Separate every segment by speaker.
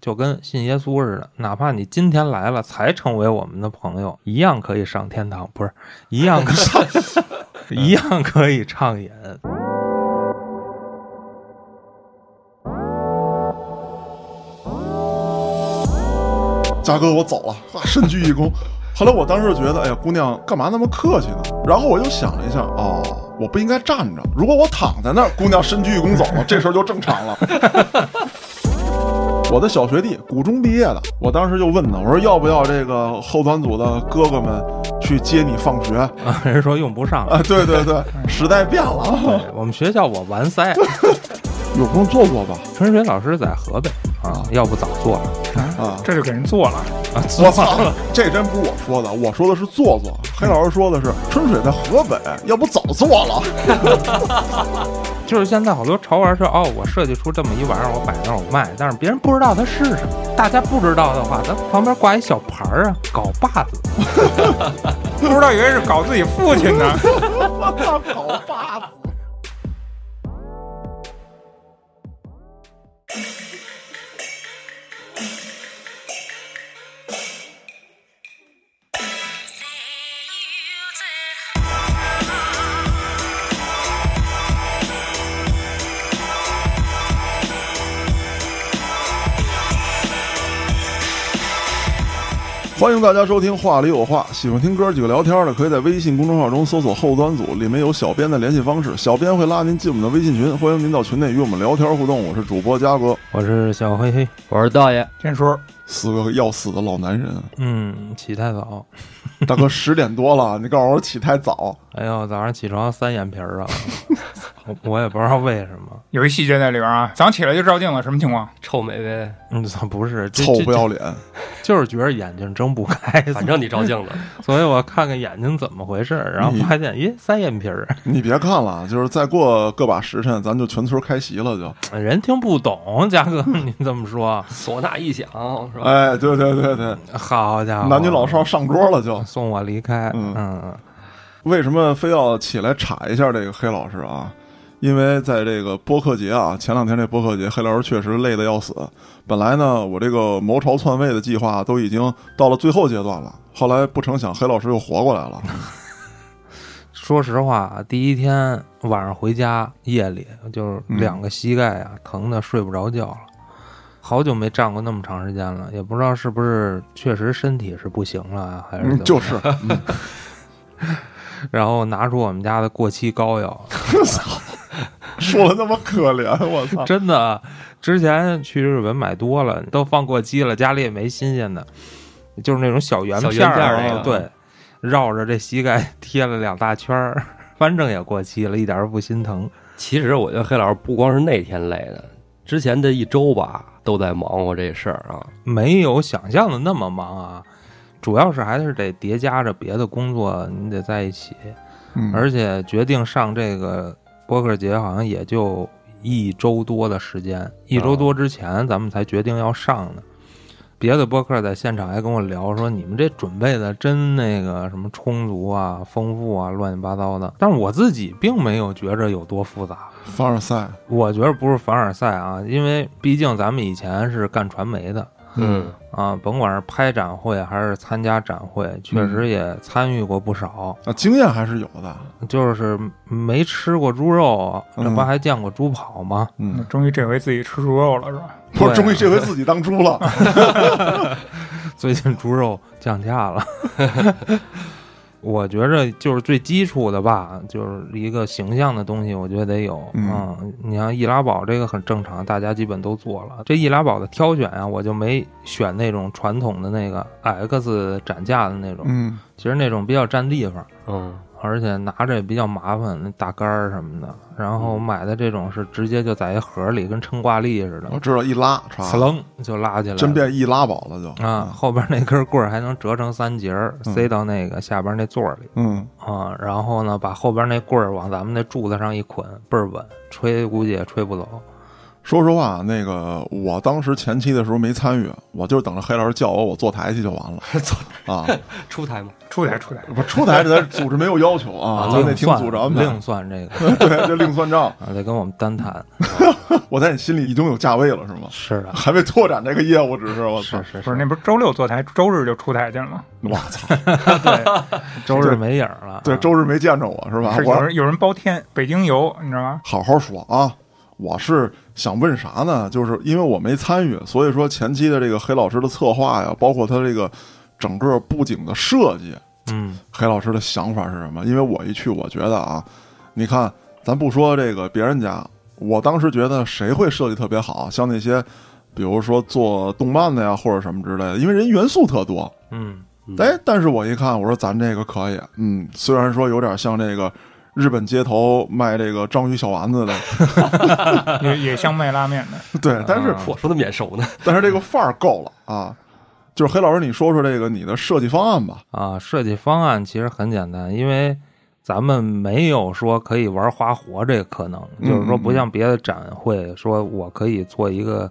Speaker 1: 就跟信耶稣似的，哪怕你今天来了才成为我们的朋友，一样可以上天堂，不是一样可 以一样可以畅饮。
Speaker 2: 嘉哥，我走了，哇，深鞠一躬。后来我当时觉得，哎呀，姑娘干嘛那么客气呢？然后我又想了一下，哦，我不应该站着。如果我躺在那儿，姑娘深鞠一躬走了，这事儿就正常了。 我的小学弟，古中毕业的，我当时就问他，我说要不要这个后端组的哥哥们去接你放学？
Speaker 1: 啊，人说用不上，
Speaker 2: 啊，对对对，时代变了啊，
Speaker 1: 对我们学校我完塞。
Speaker 2: 有空做做吧。
Speaker 1: 春水老师在河北啊，要不早做了
Speaker 2: 啊，
Speaker 3: 这就给人做了。
Speaker 1: 啊，做
Speaker 2: 我操，这真不是我说的，我说的是做做。黑老师说的是春水在河北，要不早做 了。
Speaker 1: 就是现在好多潮玩说哦，我设计出这么一玩意儿，我摆那儿我卖，但是别人不知道它是什么。大家不知道的话，咱旁边挂一小牌儿啊，搞把子。
Speaker 3: 不知道以为是搞自己父亲呢。
Speaker 2: 我操，搞把子！欢迎大家收听《话里有话》，喜欢听哥几个聊天的，可以在微信公众号中搜索“后端组”，里面有小编的联系方式，小编会拉您进我们的微信群，欢迎您到群内与我们聊天互动。我是主播嘉哥，
Speaker 1: 我是小黑黑，
Speaker 4: 我是道爷，
Speaker 3: 天叔，
Speaker 2: 四个要死的老男人，
Speaker 1: 嗯，起太早，
Speaker 2: 大哥十点多了，你告诉我起太早，
Speaker 1: 哎呦，早上起床三眼皮儿啊，我我也不知道为什么，
Speaker 3: 有一细节在里边啊，早上起来就照镜子，什么情况？
Speaker 4: 臭美呗，
Speaker 1: 嗯， 不是，这
Speaker 2: 臭
Speaker 1: 这
Speaker 2: 不要脸，
Speaker 1: 就是觉得眼睛睁不开，
Speaker 4: 反正你照镜 子，
Speaker 1: 所以我看看眼睛怎么回事儿，然后
Speaker 2: 你
Speaker 1: 发现，咦，三眼皮儿，
Speaker 2: 你别看了，就是再过个把时辰，咱就全村开席了，就。
Speaker 1: 人听不懂，嘉哥， 你这么说，
Speaker 4: 唢呐一响是吧？
Speaker 2: 哎，对对对对，
Speaker 1: 好家伙，
Speaker 2: 男女老少上桌了就。
Speaker 1: 送我离开，
Speaker 2: 嗯
Speaker 1: 嗯
Speaker 2: 为什么非要起来查一下这个黑老师啊？因为在这个播客节啊，前两天这播客节，黑老师确实累得要死。本来呢，我这个谋朝篡位的计划都已经到了最后阶段了，后来不成想，黑老师又活过来了。
Speaker 1: 说实话，啊第一天晚上回家，夜里就是
Speaker 4: 嗯
Speaker 1: 两个膝盖啊、疼的睡不着觉了，好久没站过那么长时间了，也不知道是不是确实身体是不行了啊，还是怎
Speaker 2: 嗯
Speaker 1: 么，
Speaker 2: 就
Speaker 1: 着
Speaker 2: 是，
Speaker 1: 然后拿出我们家的过期膏药，
Speaker 4: 啊
Speaker 2: 说的那么可怜，我 操！
Speaker 1: 真的，啊之前去日本买多了，都放过期了，家里也没新鲜的，就是那种小圆
Speaker 4: 小
Speaker 1: 片
Speaker 4: 圆片
Speaker 1: 儿
Speaker 4: 儿那
Speaker 1: 啊
Speaker 4: 个
Speaker 1: 对，绕着这膝盖 贴了两大圈儿，反正也过期了，一点儿都不心疼。
Speaker 4: 其实我觉得黑老师不光是那天累的，之前这一周吧都在忙活这事儿啊。
Speaker 1: 没有想象的那么忙啊，主要是还是得叠加着别的工作，你得在一起，
Speaker 2: 嗯
Speaker 1: 而且决定上这个播客节好像也就一周多的时间，一周多之前咱们才决定要上的。别的播客在现场还跟我聊说，你们这准备的真那个什么充足啊、丰富啊、乱七八糟的。但是我自己并没有觉着有多复杂，
Speaker 2: 凡尔赛，
Speaker 1: 我觉得不是凡尔赛啊，因为毕竟咱们以前是干传媒的，
Speaker 4: 嗯，
Speaker 1: 啊，甭管是拍展会还是参加展会，确
Speaker 2: 嗯
Speaker 1: 实也参与过不少。
Speaker 2: 啊，经验还是有的。
Speaker 1: 就是没吃过猪肉，这
Speaker 2: 嗯
Speaker 1: 不还见过猪跑吗？
Speaker 2: 嗯，
Speaker 3: 终于这回自己吃猪肉了是吧？
Speaker 2: 不
Speaker 1: 对
Speaker 2: 是，
Speaker 1: 啊
Speaker 2: 终于这回自己当猪了。
Speaker 1: 最近猪肉降价了。 我觉着就是最基础的吧，就是一个形象的东西，我觉得得有
Speaker 2: 嗯
Speaker 1: 啊、你像易拉宝这个很正常，大家基本都做了。这易拉宝的挑选啊，我就没选那种传统的那个 X 展架的那种，
Speaker 2: 嗯，
Speaker 1: 其实那种比较占地方。
Speaker 4: 嗯，
Speaker 1: 而且拿着也比较麻烦，那打杆儿什么的。然后
Speaker 2: 嗯
Speaker 1: 买的这种是直接就在一盒里，跟撑挂历似的
Speaker 2: 我，知道一拉，
Speaker 1: 呲
Speaker 2: 唰，
Speaker 1: 楞就拉起来了，
Speaker 2: 哦真变易拉宝了就。
Speaker 1: 啊！后边那根棍儿还能折成三节儿，
Speaker 2: 嗯
Speaker 1: 塞到那个下边那座儿里
Speaker 2: 嗯，
Speaker 1: 啊。然后
Speaker 2: 啊
Speaker 1: 呢，把后边那棍儿往咱们那柱子上一捆，倍儿稳，吹估计也吹不走。
Speaker 2: 说实话，那个我当时前期的时候没参与，我就是等着黑老师叫我，我坐台去就完了
Speaker 4: 坐
Speaker 2: 啊。
Speaker 4: 嗯出台嘛，
Speaker 3: 出来出来，
Speaker 2: 不出台这咱组织没有要求啊，咱得
Speaker 1: 另
Speaker 2: 听
Speaker 1: 算
Speaker 2: 组织安排
Speaker 1: 另。算这个
Speaker 2: 对，这另算账。
Speaker 1: 啊，得跟我们单谈。
Speaker 2: 我在你心里已经有价位了是吗？
Speaker 1: 是 啊，
Speaker 2: 还没拓展这个业务，只是我操
Speaker 1: 是，是
Speaker 3: 不是那不是周六坐台，周日就出台去了吗？
Speaker 2: 我操！
Speaker 3: 对，
Speaker 1: 周日没啊影儿了。
Speaker 2: 对，周日没见着我是吧？
Speaker 3: 是
Speaker 2: 啊我
Speaker 3: 有人有人包天，北京游，你知 道吗？
Speaker 2: 好好说啊，我是想问啥呢？就是因为我没参与，所以说前期的这个黑老师的策划呀，包括他这个整个布景的设计，啊
Speaker 1: 嗯，
Speaker 2: 黑老师的想法是什么？因为我一去，我觉得啊，你看，咱不说这个别人家，我当时觉得谁会设计特别好，像那些。比如说做动漫的呀，或者什么之类的，因为人元素特多。
Speaker 1: 嗯
Speaker 2: 哎，但是我一看，我说咱这个可以，嗯，虽然说有点像这个日本街头卖这个章鱼小丸子的，
Speaker 3: 也也像卖拉面的，
Speaker 2: 对，但是
Speaker 1: 啊
Speaker 4: 我说的眼熟呢，
Speaker 2: 但是这个范儿够了啊！就是黑老师，你说说这个你的设计方案吧？
Speaker 1: 啊，设计方案其实很简单，因为咱们没有说可以玩花活这个可能，
Speaker 2: 嗯
Speaker 1: 就是说
Speaker 2: 嗯
Speaker 1: 不像别的展会，说我可以做一个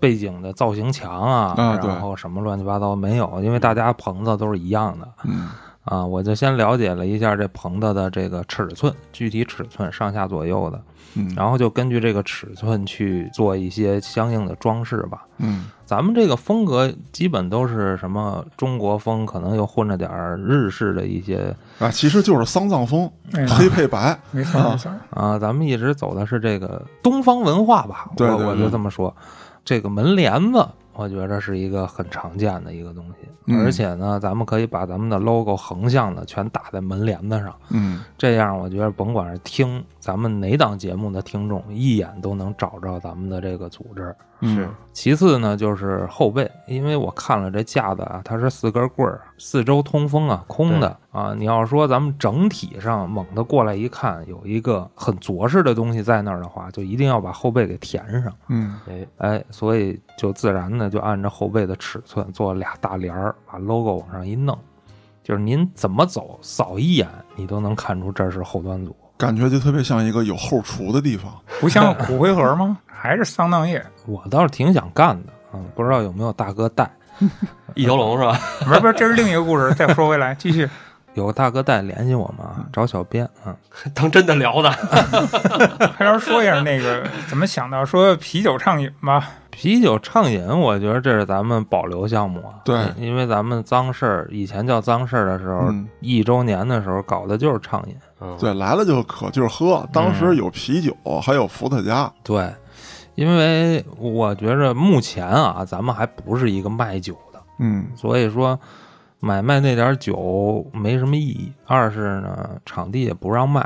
Speaker 1: 背景的造型墙啊，
Speaker 2: 啊对
Speaker 1: 然后什么乱七八糟没有，因为大家棚子都是一样的
Speaker 2: 嗯
Speaker 1: 啊。我就先了解了一下这棚子的这个尺寸，具体尺寸上下左右的，
Speaker 2: 嗯
Speaker 1: 然后就根据这个尺寸去做一些相应的装饰吧。
Speaker 2: 嗯
Speaker 1: 咱们这个风格基本都是什么中国风，可能又混着点儿日式的一些
Speaker 2: 啊，其实就是丧葬风，
Speaker 3: 哎，
Speaker 2: 黑配白，
Speaker 3: 没错没错，
Speaker 1: 啊。咱们一直走的是这个东方文化吧，
Speaker 2: 对对
Speaker 1: 我我
Speaker 2: 对
Speaker 1: 就这么说。这个门帘子，我觉着是一个很常见的一个东西，
Speaker 2: 嗯
Speaker 1: 而且呢，咱们可以把咱们的 logo 横向的全打在门帘子上，
Speaker 2: 嗯
Speaker 1: 这样我觉得甭管是听咱们哪档节目的听众，一眼都能找着咱们的这个组织。
Speaker 2: 是
Speaker 1: 其次呢，就是后背，因为我看了这架子啊，它是四根棍儿，四周通风啊，空的啊。你要说咱们整体上猛地过来一看，有一个很着实的东西在那儿的话，就一定要把后背给填上。
Speaker 2: 嗯
Speaker 4: 哎，
Speaker 1: 哎，所以就自然的就按照后背的尺寸做俩大帘儿，把 logo 往上一弄，就是您怎么走，扫一眼你都能看出这是后端组。
Speaker 2: 感觉就特别像一个有后厨的地方。
Speaker 3: 不像骨灰盒吗？还是丧葬业？
Speaker 1: 我倒是挺想干的，嗯，不知道有没有大哥带。
Speaker 4: 一条龙是吧？
Speaker 3: 不是不是，这是另一个故事。再说回来，继续，
Speaker 1: 有个大哥带联系我们啊，找小编啊，
Speaker 4: 当真的聊的，
Speaker 3: 还要说一下那个怎么想到说啤酒畅饮吧？
Speaker 1: 啤酒畅饮，我觉得这是咱们保留项目啊。
Speaker 2: 对
Speaker 1: 因为咱们脏事儿以前叫脏事儿的时候，
Speaker 2: 嗯
Speaker 1: 一周年的时候搞的就是畅饮。
Speaker 4: 嗯，
Speaker 2: 对，来了就渴，就是喝。当时有啤酒，还有伏特加。
Speaker 1: 对，因为我觉着目前啊，咱们还不是一个卖酒的，
Speaker 2: 嗯
Speaker 1: 所以说买卖那点儿酒没什么意义。二是呢，场地也不让 卖。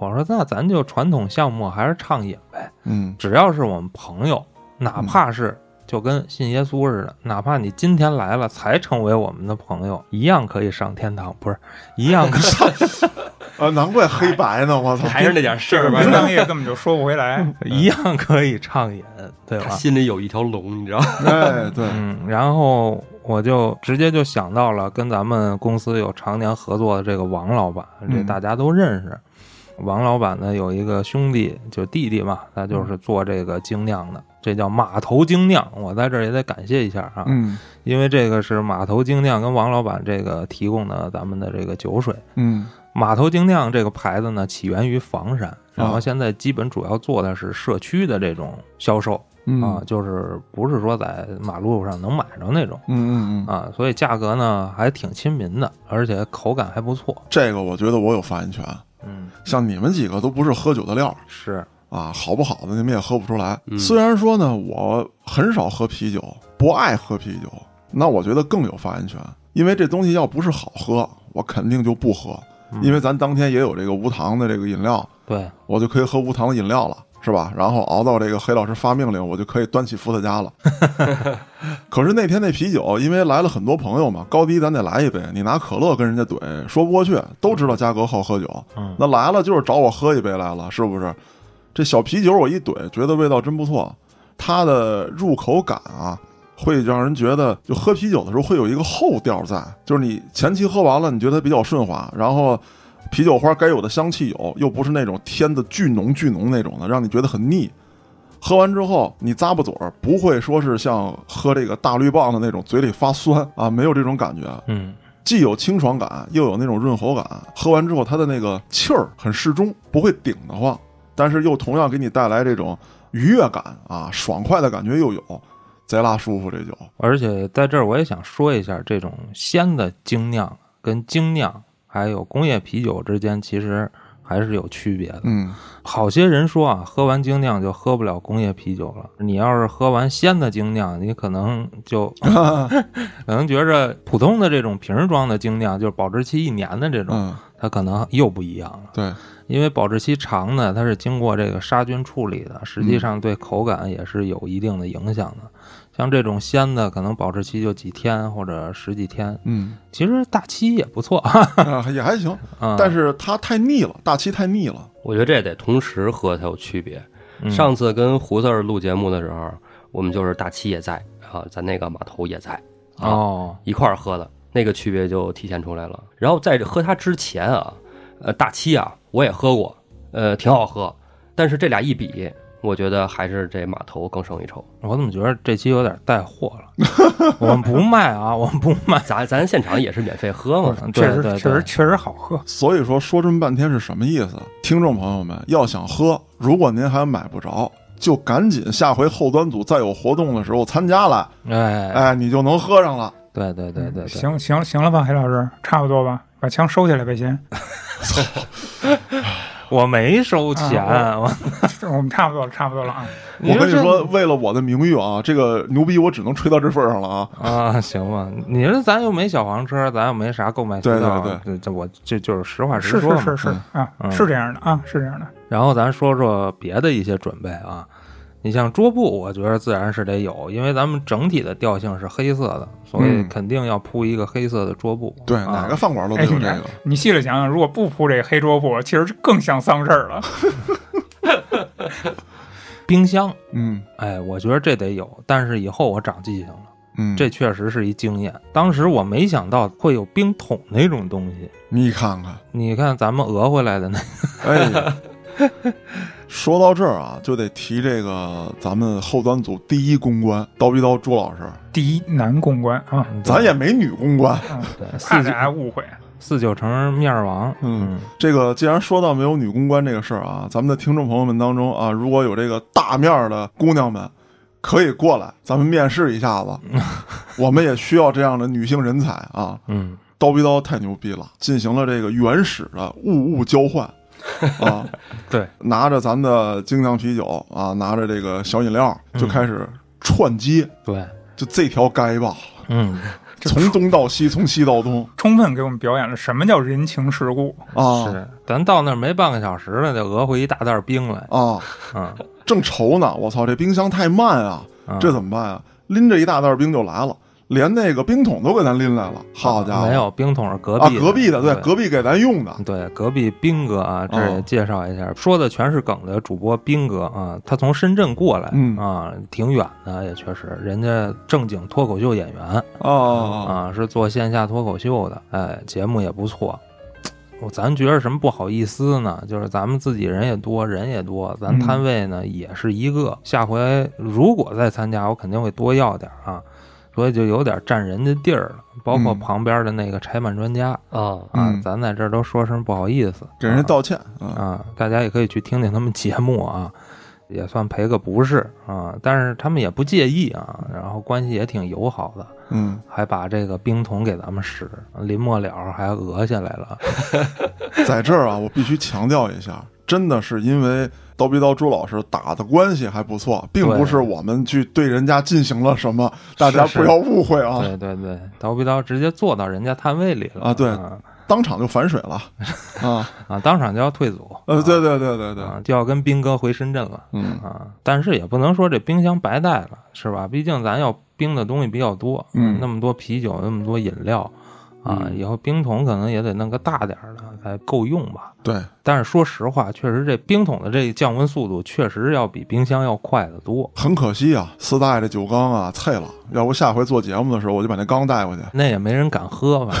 Speaker 1: 我说那咱就传统项目还是畅饮呗。
Speaker 2: 嗯
Speaker 1: 只要是我们朋友，哪怕是就跟信耶稣似的，哪怕你今天来了才成为我们的朋友，一样可以上天堂，不是一样可以
Speaker 2: 啊，难怪黑白呢！我操，
Speaker 4: 还是那点事
Speaker 3: 这
Speaker 4: 儿
Speaker 3: 个
Speaker 4: 吧。
Speaker 3: 丧葬业根本就说不回来。
Speaker 1: 一样可以畅饮，对
Speaker 4: 他
Speaker 1: 吧？
Speaker 4: 心里有一条龙，你知道？
Speaker 2: 哎，对，
Speaker 1: 嗯，然后我就直接就想到了跟咱们公司有常年合作的这个王老板，这
Speaker 2: 嗯
Speaker 1: 大家都认识。王老板呢有一个兄弟，就弟弟嘛，他就是做这个精酿的，这叫码头精酿。我在这儿也得感谢一下啊，
Speaker 2: 嗯
Speaker 1: 因为这个是码头精酿跟王老板这个提供的咱们的这个酒水。
Speaker 2: 嗯
Speaker 1: 码头精酿这个牌子呢，起源于房山，然后
Speaker 2: 啊
Speaker 1: 现在基本主要做的是社区的这种销售
Speaker 2: 嗯
Speaker 1: 啊，就是不是说在马路上能买着那种
Speaker 2: 嗯嗯嗯，
Speaker 1: 啊，所以价格呢还挺亲民的，而且口感还不错。
Speaker 2: 这个我觉得我有发言权。
Speaker 1: 嗯，
Speaker 2: 像你们几个都不是喝酒的料，
Speaker 1: 是，
Speaker 2: 啊，好不好的你们也喝不出来。
Speaker 4: 嗯
Speaker 2: 虽然说呢，我很少喝啤酒，不爱喝啤酒，那我觉得更有发言权，因为这东西要不是好喝，我肯定就不喝。
Speaker 1: 嗯
Speaker 2: 因为咱当天也有这个无糖的这个饮料，
Speaker 1: 对，
Speaker 2: 我就可以喝无糖的饮料了，是吧？然后熬到这个黑老师发命令，我就可以端起伏特加了。可是那天那啤酒，因为来了很多朋友嘛，高低咱得来一杯。你拿可乐跟人家怼，说不过去。都知道嘉哥好喝酒，
Speaker 1: 嗯
Speaker 2: 那来了就是找我喝一杯来了，是不是？这小啤酒我一怼，觉得味道真不错，它的入口感啊。会让人觉得，就喝啤酒的时候会有一个后调在，就是你前期喝完了，你觉得比较顺滑，然后啤酒花该有的香气有，又不是那种添的巨浓巨浓那种的，让你觉得很腻。喝完之后你咂巴嘴儿，不会说是像喝这个大绿棒的那种嘴里发酸啊，没有这种感觉，
Speaker 1: 嗯，
Speaker 2: 既有清爽感，又有那种润喉感。喝完之后，它的那个气儿很适中，不会顶得慌，但是又同样给你带来这种愉悦感啊，爽快的感觉又有，贼拉舒服这酒。
Speaker 1: 而且在这儿我也想说一下，这种鲜的精酿跟精酿还有工业啤酒之间其实还是有区别的。
Speaker 2: 嗯，
Speaker 1: 好些人说啊，喝完精酿就喝不了工业啤酒了。你要是喝完鲜的精酿，你可能就可能觉着普通的这种瓶装的精酿，就是保质期一年的这种，
Speaker 2: 嗯，
Speaker 1: 它可能又不一样了。
Speaker 2: 对，
Speaker 1: 因为保质期长的，它是经过这个杀菌处理的，实际上对口感也是有一定的影响的。像这种鲜的，可能保质期就几天或者十几天。
Speaker 2: 嗯，
Speaker 1: 其实大七也不错，
Speaker 2: 啊也还行，
Speaker 1: 嗯、
Speaker 2: 但是它太腻了，大漆太腻了。
Speaker 4: 我觉得这得同时喝才有区别。
Speaker 1: 嗯
Speaker 4: 上次跟胡子儿录节目的时候，我们就是大七也在啊，咱那个码头也在啊，
Speaker 1: 哦，
Speaker 4: 一块儿喝的，那个区别就体现出来了。然后在这喝它之前啊，呃，大七啊，我也喝过，呃，挺好喝。但是这俩一比，我觉得还是这码头更胜一筹。
Speaker 1: 我怎么觉得这期有点带货了？ 我们不卖啊，我们不卖。
Speaker 4: 咱咱现场也是免费喝嘛，
Speaker 1: 对
Speaker 3: 确实
Speaker 1: 对
Speaker 3: 确实
Speaker 1: 对，
Speaker 3: 确实好喝。
Speaker 2: 所以说说这么半天是什么意思？听众朋友们，要想喝，如果您还买不着，就赶紧下回后端组再有活动的时候参加来，
Speaker 1: 哎，
Speaker 2: 哎，你就能喝上了。
Speaker 1: 对对对
Speaker 2: 哎
Speaker 1: 对对，
Speaker 3: 行行行了吧，黑老师，差不多吧，把枪收起来呗，先。
Speaker 1: 我没收钱，
Speaker 3: 啊
Speaker 1: 我
Speaker 3: 我们差不多了，差不多了啊。
Speaker 2: 我跟你
Speaker 1: 这
Speaker 2: 说，为了我的名誉啊，这个牛逼我只能吹到这份儿上了啊！
Speaker 1: 啊，行吧，你说咱又没小黄车，咱又没啥购买渠
Speaker 2: 对对
Speaker 1: 道，啊
Speaker 2: 对
Speaker 1: 这这我这就是实话实
Speaker 3: 是
Speaker 1: 说
Speaker 3: 是
Speaker 1: 嘛。
Speaker 3: 是是啊
Speaker 1: 嗯，
Speaker 3: 是这样的啊，是这样的。
Speaker 1: 然后咱说说别的一些准备啊，你像桌布，我觉得自然是得有，因为咱们整体的调性是黑色的，所以
Speaker 2: 嗯
Speaker 1: 肯定要铺一个黑色的桌布。
Speaker 2: 对，
Speaker 1: 啊
Speaker 2: 哪个饭馆都得有这
Speaker 3: 哎
Speaker 2: 个。
Speaker 3: 你细了想想，如果不铺这个黑桌布，其实更像丧事儿了。
Speaker 1: 冰箱？
Speaker 2: 嗯
Speaker 1: 哎，我觉得这得有，但是以后我长记性了。
Speaker 2: 嗯，
Speaker 1: 这确实是一经验。当时我没想到会有冰桶那种东西。
Speaker 2: 你看看，
Speaker 1: 你看咱们讹回来的那，
Speaker 2: 哎， 说到这儿啊，就得提这个咱们后端组第一公关刀逼刀朱老师，
Speaker 3: 第一难公关啊，
Speaker 2: 咱也啊没女公关。
Speaker 1: 对嗯
Speaker 3: 怕
Speaker 1: 四九
Speaker 3: 大家误会。
Speaker 1: 四九城面王，
Speaker 2: 嗯，这个既然说到没有女公关这个事儿啊，咱们的听众朋友们当中啊，如果有这个大面儿的姑娘们，可以过来，咱们面试一下子。我们也需要这样的女性人才啊。
Speaker 1: 嗯，
Speaker 2: 刀逼刀太牛逼了，进行了这个原始的物物交 换啊，
Speaker 1: 对，
Speaker 2: 拿着咱的精酿啤酒啊，拿着这个小饮料就
Speaker 1: 嗯
Speaker 2: 开始串街，
Speaker 1: 对，
Speaker 2: 就这条 街吧，
Speaker 1: 嗯，
Speaker 2: 从东到西，从西 到东
Speaker 3: 充分给我们表演了什么叫人情世故。
Speaker 1: 嗯
Speaker 2: 啊
Speaker 1: 是，咱到那儿没半个小时了，就讹回一大袋冰来，
Speaker 2: 啊，
Speaker 1: 啊，
Speaker 2: 正愁呢，我操，这冰箱太慢啊，
Speaker 1: 啊
Speaker 2: 这怎么办啊？拎着一大袋冰就来了，连那个冰桶都给咱拎来了，好家伙，
Speaker 1: 没有冰桶是隔
Speaker 2: 啊，
Speaker 1: 壁的
Speaker 2: 隔壁的对，
Speaker 1: 对
Speaker 2: 隔哦壁给咱用的，
Speaker 1: 对，隔壁斌哥啊，这儿也介绍一下，说的全是梗的主播斌哥啊，他从深圳过来，
Speaker 2: 嗯
Speaker 1: 啊，挺远的，也确实，人家正经脱口秀演员
Speaker 2: 啊
Speaker 1: 啊，是做线下脱口秀的，哎，节目也不错。我咱觉着什么不好意思呢？就是咱们自己人也多，人也多，咱
Speaker 2: 嗯
Speaker 1: 摊位呢、也是一个。下回如果再参加，我肯定会多要点儿啊，所以就有点占人家地儿了。包括
Speaker 2: 嗯
Speaker 1: 旁边的那个拆漫专家，
Speaker 4: 啊，
Speaker 1: 啊
Speaker 2: 嗯，
Speaker 1: 咱在这儿都说声不好意思，
Speaker 2: 给人
Speaker 1: 啊
Speaker 2: 家道歉啊，
Speaker 1: 啊，大家也可以去听听他们节目啊，也算赔个不是啊，但是他们也不介意啊，然后关系也挺友好的，
Speaker 2: 嗯，
Speaker 1: 还把这个冰桶给咱们使，临末了还讹下来了，
Speaker 2: 在这儿啊，我必须强调一下，真的是因为刀逼刀朱老师打的关系还不错，并不是我们去对人家进行了什么，大家
Speaker 1: 是
Speaker 2: 不要误会啊，
Speaker 1: 对对对，刀逼刀直接坐到人家摊位里了
Speaker 2: 啊对
Speaker 1: 啊
Speaker 2: 当场就反 水了啊，
Speaker 1: 啊当场就要退组，
Speaker 2: 呃，对对对对对，
Speaker 1: 啊，就要跟斌哥回深圳了。
Speaker 2: 嗯
Speaker 1: 啊，但是也不能说这冰箱白带了，是吧？毕竟咱要冰的东西比较多，
Speaker 2: 嗯
Speaker 1: 那么多啤酒，那么多饮料，啊，
Speaker 4: 嗯
Speaker 1: 以后冰桶可能也得弄个大点儿的，还够用吧。
Speaker 2: 对，
Speaker 1: 但是说实话，确实这冰桶的这降温速度确实要比冰箱要快得多。
Speaker 2: 很可惜啊，四大爷这酒缸啊碎了，要不下回做节目的时候我就把那缸带回去，
Speaker 1: 那也没人敢喝吧？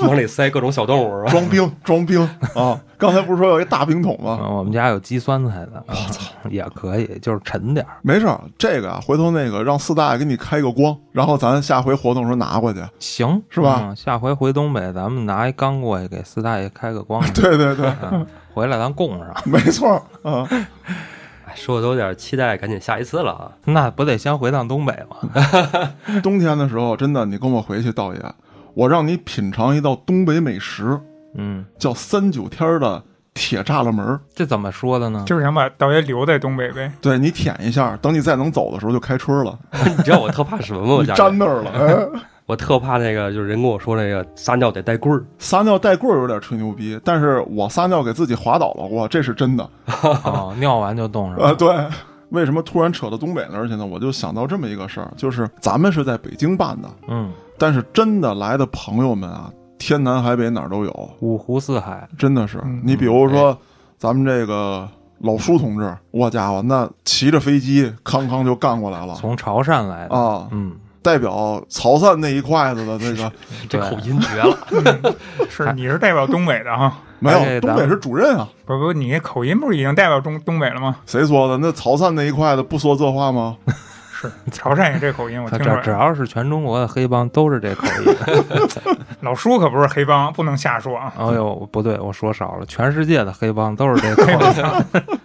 Speaker 4: 往里塞各种小动物是吧？
Speaker 2: 装冰装冰啊！刚才不是说有一大冰桶吗？
Speaker 1: 嗯，我们家有鸡酸菜的，我操， 也可以，就是沉点儿。
Speaker 2: 没事儿，这个啊，回头那个让四大爷给你开个光，然后咱下回活动时候拿过去。
Speaker 1: 行，
Speaker 2: 是吧，
Speaker 1: 嗯下回回东北，咱们拿一缸过去给四大爷开个光
Speaker 2: 对对对，
Speaker 1: 嗯，回来咱供上。
Speaker 2: 没错儿啊，
Speaker 4: 哎说的有点期待，赶紧下一次了啊！
Speaker 1: 那不得先回趟东北吗？
Speaker 2: 冬天的时候真的，你跟我回去，道爷，我让你品尝一道东北美食，
Speaker 1: 嗯，
Speaker 2: 叫三九天儿的铁栅栏门儿。
Speaker 1: 这怎么说的呢？
Speaker 3: 就是想把道爷留在东北 呗。
Speaker 2: 对你舔一下，等你再能走的时候就开春了，
Speaker 4: 你知道我特怕什么吗？我
Speaker 2: 你
Speaker 4: 家
Speaker 2: 粘
Speaker 4: 里
Speaker 2: 那儿了。哎，
Speaker 4: 我特怕那个，就是人跟我说那个撒尿得带棍儿，
Speaker 2: 撒尿带棍儿有点吹牛逼，但是我撒尿给自己滑倒了过，这是真的。
Speaker 1: 哦，尿完就冻上
Speaker 2: 呃，
Speaker 1: 了。
Speaker 2: 对。为什么突然扯到东北那儿去呢？我就想到这么一个事儿，就是咱们是在北京办的，
Speaker 1: 嗯，
Speaker 2: 但是真的来的朋友们啊，天南海北哪儿都有，
Speaker 1: 五湖四海，
Speaker 2: 真的是
Speaker 3: 嗯。
Speaker 2: 你比如说，
Speaker 1: 哎
Speaker 2: 咱们这个老舒同志，我家伙那骑着飞机康康就干过来了
Speaker 1: 从潮汕来的。
Speaker 2: 啊！
Speaker 1: 嗯，
Speaker 2: 代表曹参那一块子的 这个
Speaker 4: 这
Speaker 1: 对
Speaker 4: 口音绝 了。
Speaker 3: 是，你是代表东北的哈？
Speaker 2: 没
Speaker 1: 哎咱
Speaker 2: 有，东
Speaker 1: 们
Speaker 2: 北是主任啊，
Speaker 3: 不不，你口音不是已经代表中东北了吗？
Speaker 2: 谁说的？那曹参那一块的不说这话吗？
Speaker 3: 是， 潮汕也这口音，我
Speaker 1: 他
Speaker 3: 听
Speaker 1: 只只
Speaker 3: 着。
Speaker 1: 要是全中国的黑帮都是这口音。
Speaker 3: 老叔可不是黑帮，不能瞎说啊。
Speaker 1: 哎呦，不对，我说少了，全世界的黑帮都是这口音。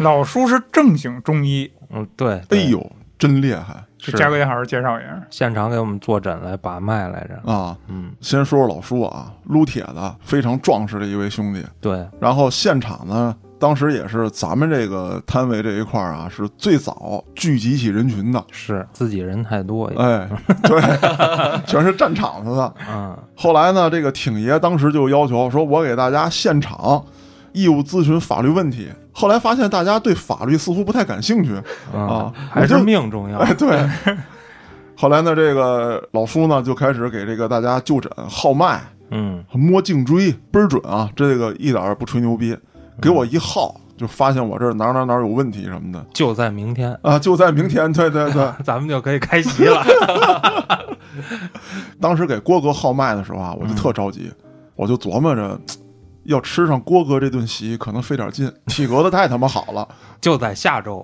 Speaker 3: 老叔是正经中医，
Speaker 1: 嗯，对。
Speaker 2: 哎
Speaker 1: 对，
Speaker 2: 呦，真厉害
Speaker 1: 是
Speaker 3: 这嘉哥也好好介绍一下。
Speaker 1: 现场给我们坐诊来把脉来着。
Speaker 2: 啊！
Speaker 1: 嗯，
Speaker 2: 先说说老舒啊，撸铁的非常壮实的一位兄弟。
Speaker 1: 对，
Speaker 2: 然后现场呢，当时也是咱们这个摊位这一块儿啊，是最早聚集起人群的。
Speaker 1: 是自己人太多。
Speaker 2: 哎，对， 全是站场子的。
Speaker 1: 嗯，
Speaker 2: 后来呢，这个挺爷当时就要求说，我给大家现场义务咨询法律问题。后来发现大家对法律似乎不太感兴趣，
Speaker 1: 嗯
Speaker 2: 啊
Speaker 1: 还是命重 要。
Speaker 2: 哎，对。后来呢，这个老叔呢就开始给这个大家就诊号脉、
Speaker 1: 嗯，
Speaker 2: 摸颈椎，倍儿准啊！这个一点儿不吹牛逼，给我一号就发现我这儿哪儿哪儿哪儿有问题什么的
Speaker 1: 就在明天，
Speaker 2: 啊！就在明天，对对对。
Speaker 1: 咱们就可以开席了。
Speaker 2: 当时给郭哥号脉的时候啊，我就特着急，我就琢磨着。嘖要吃上郭哥这顿席，可能费点劲。 体格子太他妈好了，
Speaker 1: 就在下周，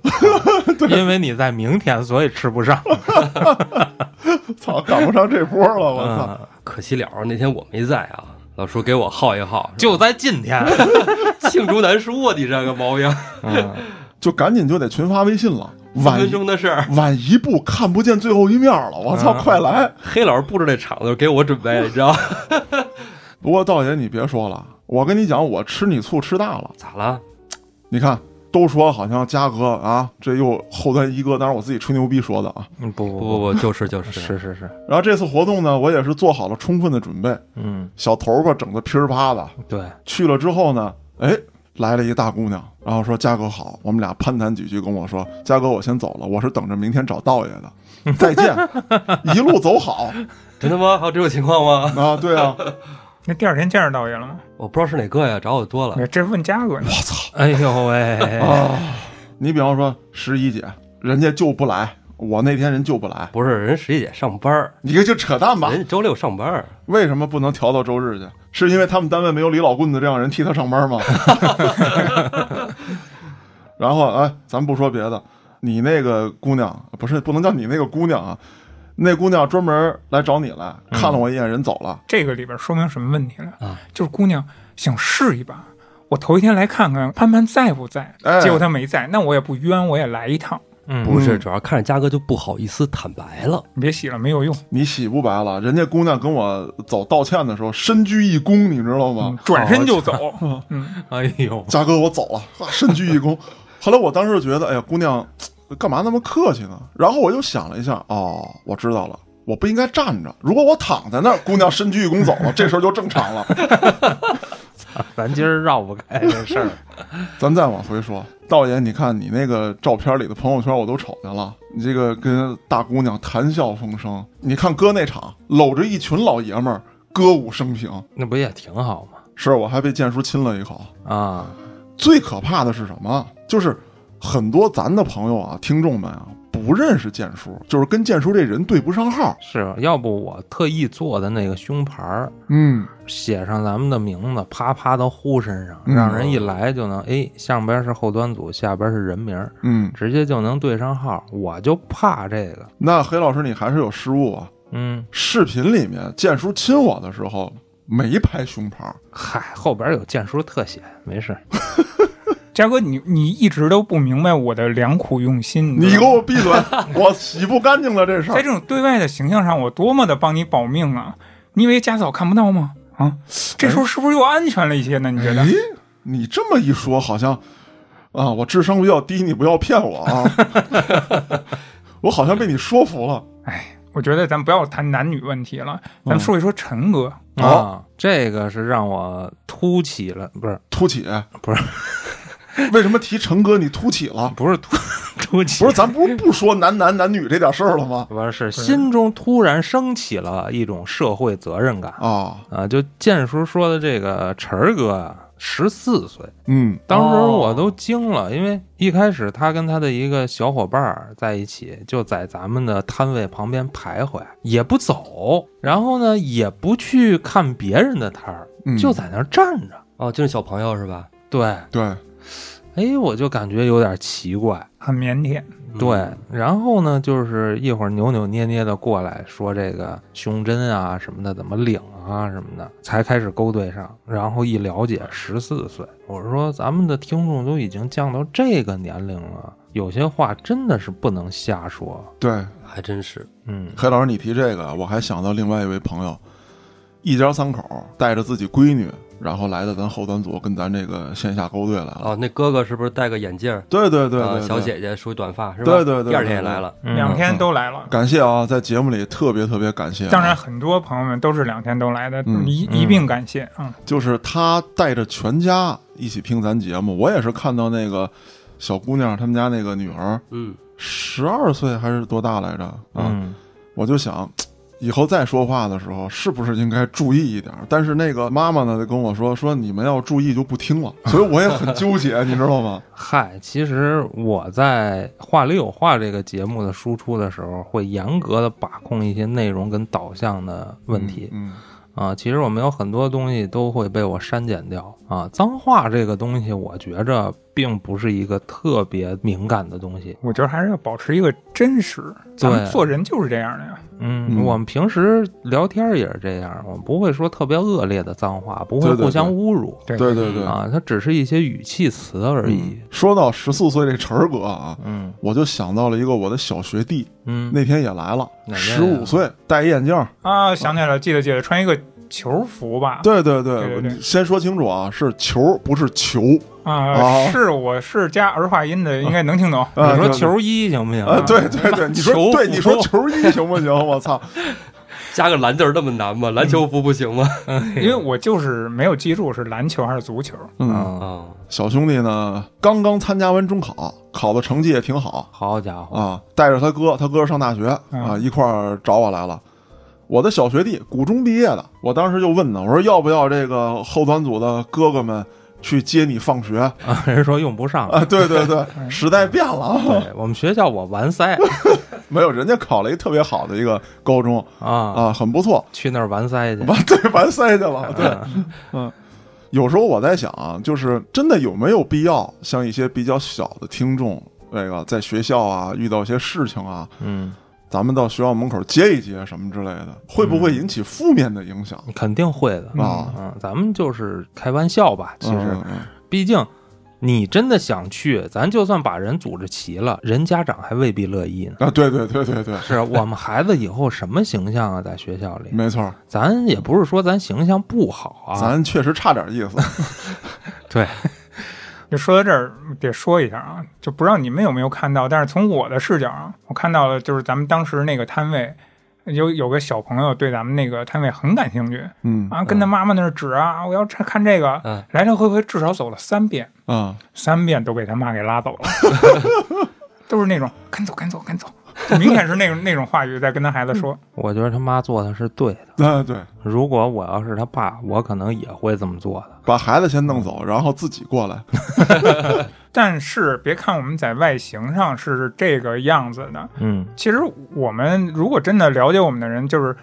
Speaker 1: 因为你在明天，所以吃不上。
Speaker 2: 操，赶不上这波了，我操！
Speaker 1: 嗯，
Speaker 4: 可惜了，那天我没在啊，老叔给我耗一耗，
Speaker 1: 就在今天。
Speaker 4: 罄竹难书啊！你这个毛病，
Speaker 1: 嗯，
Speaker 2: 就赶紧就得群发微信了，
Speaker 4: 分
Speaker 2: 晚
Speaker 4: 分钟的事儿。
Speaker 2: 晚一步看不见最后一面了，我操，
Speaker 1: 嗯
Speaker 2: 快来！
Speaker 4: 黑老师布置这场子给我准备，你知道吗
Speaker 2: 不过道爷你别说了，我跟你讲，我吃你醋吃大了。
Speaker 4: 咋了？
Speaker 2: 你看，都说好像嘉哥啊，这又后端一哥，当然我自己吹牛逼说的啊。
Speaker 1: 不不
Speaker 4: 不不不，就是就是，
Speaker 1: 是是是，
Speaker 2: 然后这次活动呢，我也是做好了充分的准备，
Speaker 1: 嗯，
Speaker 2: 小头发整的噼儿啪的，
Speaker 1: 对，
Speaker 2: 去了之后呢，哎，来了一大姑娘，然后说嘉哥好，我们俩攀谈几句，跟我说嘉哥我先走了，我是等着明天找道爷的，再见，一路走好
Speaker 4: 真的吗？还有这种情况吗？
Speaker 2: 啊，对啊，我
Speaker 3: 那第二天见着道爷了吗？
Speaker 4: 我不知道是哪个呀，找我多了。
Speaker 3: 没这是问嘉哥呢。
Speaker 2: 操
Speaker 1: 哎呦喂，
Speaker 2: 啊！你比方说十一姐，人家就不来，我那天人就不来，
Speaker 4: 不是，人十一姐上班儿，
Speaker 2: 你这就扯淡吧？
Speaker 4: 人周六上班儿，
Speaker 2: 为什么不能调到周日去？是因为他们单位没有李老棍子这样人替他上班吗？然后哎，咱不说别的，你那个姑娘不是不能叫你那个姑娘啊，那姑娘专门来找你来，看了我一眼，人走了。
Speaker 3: 这个里边说明什么问题了？
Speaker 4: 啊
Speaker 3: 就是姑娘想试一把，我头一天来看看潘潘在不在，
Speaker 2: 哎
Speaker 3: 结果她没在，那我也不冤，我也来一趟。
Speaker 1: 嗯
Speaker 4: 不是，主要看着嘉哥就不好意思坦白了。
Speaker 3: 你别洗了，没有用，
Speaker 2: 你洗不白了，人家姑娘跟我走道歉的时候，深鞠一躬，你知道吗
Speaker 3: 嗯？转身就走。嗯，
Speaker 1: 哎呦，
Speaker 2: 嘉哥，我走了，啊深鞠一躬。后来我当时就觉得，哎呀，姑娘，干嘛那么客气呢？然后我又想了一下，哦，我知道了，我不应该站着。如果我躺在那儿，姑娘深鞠一躬走了，这事儿就正常了。
Speaker 1: 咱今儿绕不开这事儿。
Speaker 2: 咱再往回说，道爷，你看你那个照片里的朋友圈我都瞅见了，你这个跟大姑娘谈笑风生。你看哥那场，搂着一群老爷们儿，歌舞升平。
Speaker 1: 那不也挺好吗？
Speaker 2: 是我还被剑叔亲了一口。
Speaker 1: 啊，
Speaker 2: 最可怕的是什么？就是很多咱的朋友啊，听众们啊，不认识剑叔，就是跟剑叔这人对不上号。
Speaker 1: 是要不我特意做的那个胸牌儿，
Speaker 2: 嗯，
Speaker 1: 写上咱们的名字，啪啪到呼身上，
Speaker 2: 嗯
Speaker 1: 让人一来就能哎，上边是后端组，下边是人名儿，
Speaker 2: 嗯，
Speaker 1: 直接就能对上号。我就怕这个，
Speaker 2: 那黑老师你还是有失误啊。
Speaker 1: 嗯，
Speaker 2: 视频里面剑叔亲我的时候没拍胸牌儿，
Speaker 1: 嗨，后边有剑叔特写，没事。
Speaker 3: 嘉哥，你你一直都不明白我的良苦用心，
Speaker 2: 你
Speaker 3: 知道
Speaker 2: 给
Speaker 3: 吗
Speaker 2: 我闭 嘴！我洗不干净了这事
Speaker 3: 在
Speaker 2: 儿。
Speaker 3: 这种对外的形象上，我多么的帮你保命啊！你以为家嫂看不到吗？啊，这
Speaker 2: 哎
Speaker 3: 时候是不是又安全了一些呢？你觉得？
Speaker 2: 咦，你这么一说，好像啊，我智商比较低，你不要骗我啊！ 我好像被你说服了。
Speaker 3: 哎我觉得咱不要谈男女问题了，咱
Speaker 2: 嗯
Speaker 3: 们说一说陈哥。
Speaker 2: 哦
Speaker 1: 啊，这个是让我突起了，不是
Speaker 2: 凸起
Speaker 1: 不是？
Speaker 2: 为什么提陈哥你凸起了？
Speaker 1: 不是 突突起，
Speaker 2: 不是，咱不是不说男男男女这点事儿了吗？
Speaker 1: 不是心中突然升起了一种社会责任感
Speaker 2: 啊，
Speaker 1: 啊！就剑叔说的这个晨儿哥，啊十四岁，
Speaker 2: 嗯
Speaker 1: 当时
Speaker 4: 哦
Speaker 1: 我都惊了，因为一开始他跟他的一个小伙伴儿在一起，就在咱们的摊位旁边徘徊，也不走，然后呢也不去看别人的摊儿，
Speaker 2: 嗯，
Speaker 1: 就在那儿站着。
Speaker 4: 哦，就是小朋友是吧？
Speaker 1: 对，
Speaker 2: 对，
Speaker 1: 哎，我就感觉有点奇怪。
Speaker 3: 很腼腆，
Speaker 4: 嗯
Speaker 1: 对，然后呢，就是一会儿扭扭捏捏的过来说这个胸针啊什么的怎么领啊什么的，才开始勾兑上。然后一了解，十四岁，我说咱们的听众都已经降到这个年龄了，有些话真的是不能瞎说。
Speaker 2: 对，
Speaker 4: 还真是。
Speaker 1: 嗯，
Speaker 2: 黑老师你提这个，我还想到另外一位朋友，一家三口带着自己闺女，然后来到咱后端组跟咱这个线下勾兑来了。
Speaker 4: 哦，那哥哥是不是戴个眼镜儿？
Speaker 2: 对对对
Speaker 4: 啊
Speaker 2: 对，
Speaker 4: 小
Speaker 2: 对
Speaker 4: 姐姐梳一短发是吧？
Speaker 2: 对对对
Speaker 4: 第二
Speaker 2: 对
Speaker 4: 天也
Speaker 2: 对
Speaker 4: 来了。
Speaker 1: 嗯
Speaker 3: 两天都来了。
Speaker 2: 感谢啊，在节目里特别特别感谢啊、
Speaker 3: 当然，很多朋友们都是两天都来的，
Speaker 2: 嗯
Speaker 3: 一
Speaker 1: 嗯
Speaker 3: 一并感谢啊！
Speaker 2: 就是他带着全家一起听咱节目，我也是看到那个小姑娘他们家那个女儿
Speaker 4: 嗯，
Speaker 2: 十二岁还是多大来着啊？
Speaker 1: 嗯，
Speaker 2: 我就想，以后再说话的时候是不是应该注意一点儿？但是那个妈妈呢，就跟我说说你们要注意就不听了，所以我也很纠结，你知道吗？
Speaker 1: 嗨，其实我在《话里有话》这个节目的输出的时候，会严格的把控一些内容跟导向的 问题。
Speaker 2: 嗯，
Speaker 1: 啊，其实我们有很多东西都会被我删减掉啊。脏话这个东西，我觉着并不是一个特别敏感的东
Speaker 2: 嗯
Speaker 1: 西。
Speaker 3: 我觉得还是要保持一个真实，咱们做人就是这样的呀。
Speaker 1: 嗯，
Speaker 2: 嗯
Speaker 1: 我们平时聊天儿也是这样，我们不会说特别恶劣的脏话，不会
Speaker 2: 对对
Speaker 1: 互相侮辱
Speaker 3: 对
Speaker 2: 对对对，
Speaker 1: 啊，它只是一些语气词而已
Speaker 2: 嗯。说到十四岁这晨儿哥啊，
Speaker 1: 嗯
Speaker 2: 我就想到了一个我的小学弟，
Speaker 1: 嗯，
Speaker 2: 那天也来了，
Speaker 1: 哪啊
Speaker 2: 十
Speaker 1: 天呀
Speaker 2: 五岁，戴一眼镜儿，
Speaker 3: 啊，想起来了，记得记得，穿一个球服吧？
Speaker 2: 对对对，
Speaker 3: 对对对
Speaker 2: 你先说清楚啊，是球不是球
Speaker 3: 啊
Speaker 2: 哦，
Speaker 3: 是我是加儿化音的，应该能 听懂。
Speaker 2: 啊
Speaker 1: 你说
Speaker 2: 对对
Speaker 1: 球衣行不行
Speaker 2: 啊，对对对，你 说
Speaker 1: 球
Speaker 2: 对，你说
Speaker 1: 服
Speaker 2: 球衣行不行？我操，
Speaker 4: 加个篮字儿那么难吗？篮球服不行吗？
Speaker 3: 因为我就是没有记住是篮球还是足球。
Speaker 2: 嗯，
Speaker 1: 啊，
Speaker 4: 啊，
Speaker 2: 小兄弟呢，刚刚参加完中考，考的成绩也挺好，
Speaker 1: 好家伙，
Speaker 2: 啊，带着他哥，他哥上大学啊，
Speaker 3: 嗯
Speaker 2: 一块儿找我来了。我的小学弟，古中毕业的，我当时就问他，我说要不要这个后端组的哥哥们去接你放学啊？
Speaker 1: 啊人说用不上。
Speaker 2: 对对对，时代变了啊，
Speaker 1: 对我们学校我完塞
Speaker 2: 没有，人家考了一特别好的一个高中
Speaker 1: 啊，
Speaker 2: 啊，很不错，
Speaker 1: 去那儿完塞去。
Speaker 2: 完对完塞去了。对，
Speaker 1: 嗯
Speaker 2: 有时候我在想啊，就是真的有没有必要像一些比较小的听众，那个在学校啊遇到一些事情啊，
Speaker 1: 嗯。
Speaker 2: 咱们到学校门口接一接什么之类的，会不会引起负面的影响？
Speaker 1: 肯定会的
Speaker 2: 啊
Speaker 1: 嗯，咱们就是开玩笑吧，其实，
Speaker 2: 嗯嗯
Speaker 1: 毕竟你真的想去，咱就算把人组织齐了，人家长还未必乐意呢。
Speaker 2: 啊，对对对对对，
Speaker 1: 是啊我们孩子以后什么形象啊，在学校里，
Speaker 2: 没错儿，
Speaker 1: 咱也不是说咱形象不好啊，
Speaker 2: 嗯咱确实差点意思。
Speaker 1: 对，
Speaker 3: 就说到这儿，得说一下啊，就不知道你们有没有看到，但是从我的视角啊，我看到了，就是咱们当时那个摊位，有有个小朋友对咱们那个摊位很感兴趣
Speaker 2: 嗯
Speaker 3: 啊，跟他妈妈那儿指啊，我要看看这个，
Speaker 4: 嗯
Speaker 3: 来来回回至少走了三遍，
Speaker 2: 啊，
Speaker 3: 三遍都被他妈给拉走了，都是那种赶走赶走赶走，就明显 是那种那种话语在跟他孩子
Speaker 2: 嗯
Speaker 3: 说。
Speaker 1: 我觉得他妈做的是对的。
Speaker 2: 啊，对，
Speaker 1: 如果我要是他爸，我可能也会这么做的。
Speaker 2: 把孩子先弄走，然后自己过来。
Speaker 1: 嗯
Speaker 3: 但是别看我们在外形上是这个样子的，
Speaker 1: 嗯，
Speaker 3: 其实我们如果真的了解我们的人，就是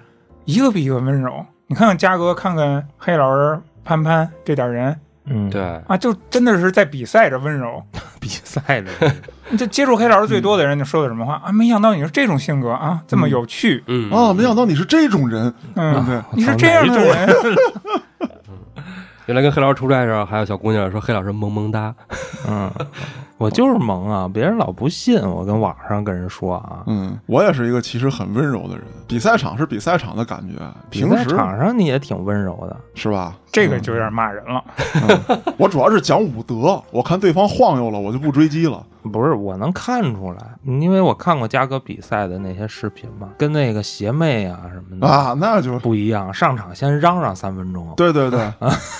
Speaker 3: 一个比一个温柔。你看看嘉哥，看看黑老师、潘潘这点人
Speaker 1: 嗯，
Speaker 4: 对，
Speaker 3: 啊，就真的是在比赛着温柔。
Speaker 1: 比赛的
Speaker 3: 你这接触黑老师最多的人，你说的什么话啊？没想到你是这种性格啊，这么有趣，
Speaker 4: 嗯
Speaker 2: 哦，没想到你是这种人，
Speaker 3: 嗯，
Speaker 2: 对
Speaker 3: 你是这样的人，啊
Speaker 4: 原来跟黑老师出差的时候，还有小姑娘说黑老师萌萌哒，
Speaker 1: 嗯， 我就是萌啊，别人老不信我跟网上跟人说啊，
Speaker 2: 嗯，我也是一个其实很温柔的人。比赛场是比赛场的感觉，
Speaker 1: 你
Speaker 2: 平
Speaker 1: 在
Speaker 2: 时
Speaker 1: 场上你也挺温柔的，
Speaker 2: 是吧？
Speaker 3: 这个就有点骂人了。
Speaker 2: 我主要是讲武德，我看对方晃悠了，我就不追击了。
Speaker 1: 不是，我能看出来，因为我看过嘉哥比赛的那些视频嘛，跟那个邪魅啊什么的
Speaker 2: 啊，那就
Speaker 1: 不一样，上场先嚷嚷三分钟，
Speaker 2: 对对对，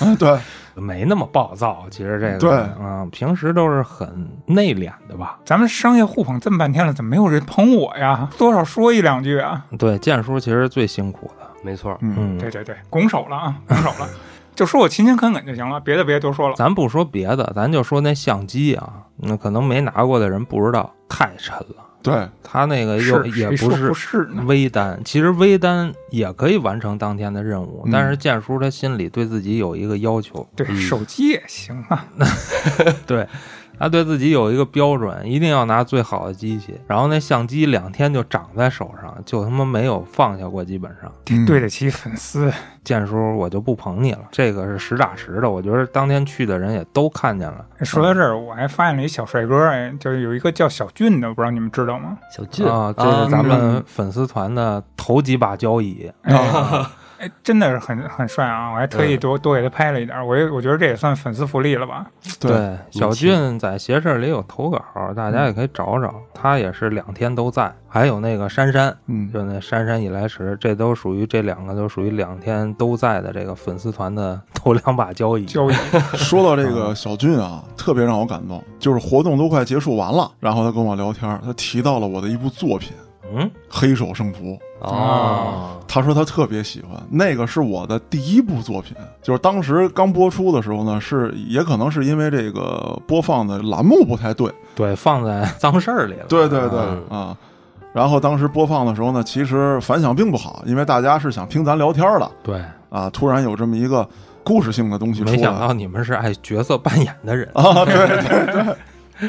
Speaker 2: 嗯对，
Speaker 1: 没那么暴躁。其实这个
Speaker 2: 对
Speaker 1: 嗯，平时都是很内敛的吧？
Speaker 3: 咱们商业互捧这么半天了，怎么没有人捧我呀？多少说一两句啊？
Speaker 1: 对，建叔其实最辛苦的，
Speaker 4: 没错，
Speaker 2: 嗯，
Speaker 1: 嗯，
Speaker 3: 对对对，拱手了啊，拱手了，就说我勤勤恳恳就行了，别的别多说了。
Speaker 1: 咱不说别的，咱就说那相机啊，那可能没拿过的人不知道，太沉了。
Speaker 2: 对，
Speaker 1: 他那个又
Speaker 3: 是
Speaker 1: 也
Speaker 3: 谁说
Speaker 1: 不是
Speaker 3: 不是呢，
Speaker 1: 微单，其实微单也可以完成当天的任务，
Speaker 2: 嗯
Speaker 1: 但是建叔他心里对自己有一个要求，
Speaker 3: 对，
Speaker 4: 嗯
Speaker 3: 手机也行啊。
Speaker 1: 对，他对自己有一个标准，一定要拿最好的机器。然后那相机两天就长在手上，就他妈没有放下过，基本上。
Speaker 2: 嗯
Speaker 3: 对得起粉丝，
Speaker 1: 建叔，我就不捧你了，这个是实打实的。我觉得当天去的人也都看见了。
Speaker 3: 说到这儿，我还发现了一小帅哥，哎，就是有一个叫小俊的，我不知道你们知道吗？
Speaker 4: 小俊
Speaker 1: 啊，这是咱们
Speaker 2: 嗯
Speaker 1: 粉丝团的头几把交椅。
Speaker 3: 哎，哎真的是很很帅啊！我还特意多、多给他拍了一点儿，我也我觉得这也算粉丝福利了吧？
Speaker 2: 对，
Speaker 1: 小
Speaker 4: 嗯
Speaker 1: 俊在斜视里有投稿，大家也可以找找。他也是两天都在，还有那个珊珊，
Speaker 2: 嗯，
Speaker 1: 就那姗姗以来迟，这都属于这两个都属于两天都在的这个粉丝团的头两把交椅。
Speaker 3: 交易
Speaker 2: 说到这个小俊啊，特别让我感动，就是活动都快结束完了，然后他跟我聊天，他提到了我的一部作品
Speaker 1: 嗯，
Speaker 2: 《黑手圣徒》，
Speaker 4: 啊
Speaker 3: 啊
Speaker 4: 哦，
Speaker 2: 他说他特别喜欢，那个是我的第一部作品，就是当时刚播出的时候呢，是也可能是因为这个播放的栏目不太对，
Speaker 1: 对，放 在脏事儿里了。
Speaker 2: 对对对
Speaker 1: 啊
Speaker 2: 啊、然后当时播放的时候呢，其实反响并不好，因为大家是想听咱聊天的
Speaker 1: 对，
Speaker 2: 啊，突然有这么一个故事性的东西出
Speaker 1: 没想
Speaker 2: 来
Speaker 1: 到你们是爱角色扮演的人。
Speaker 2: 啊，对对对，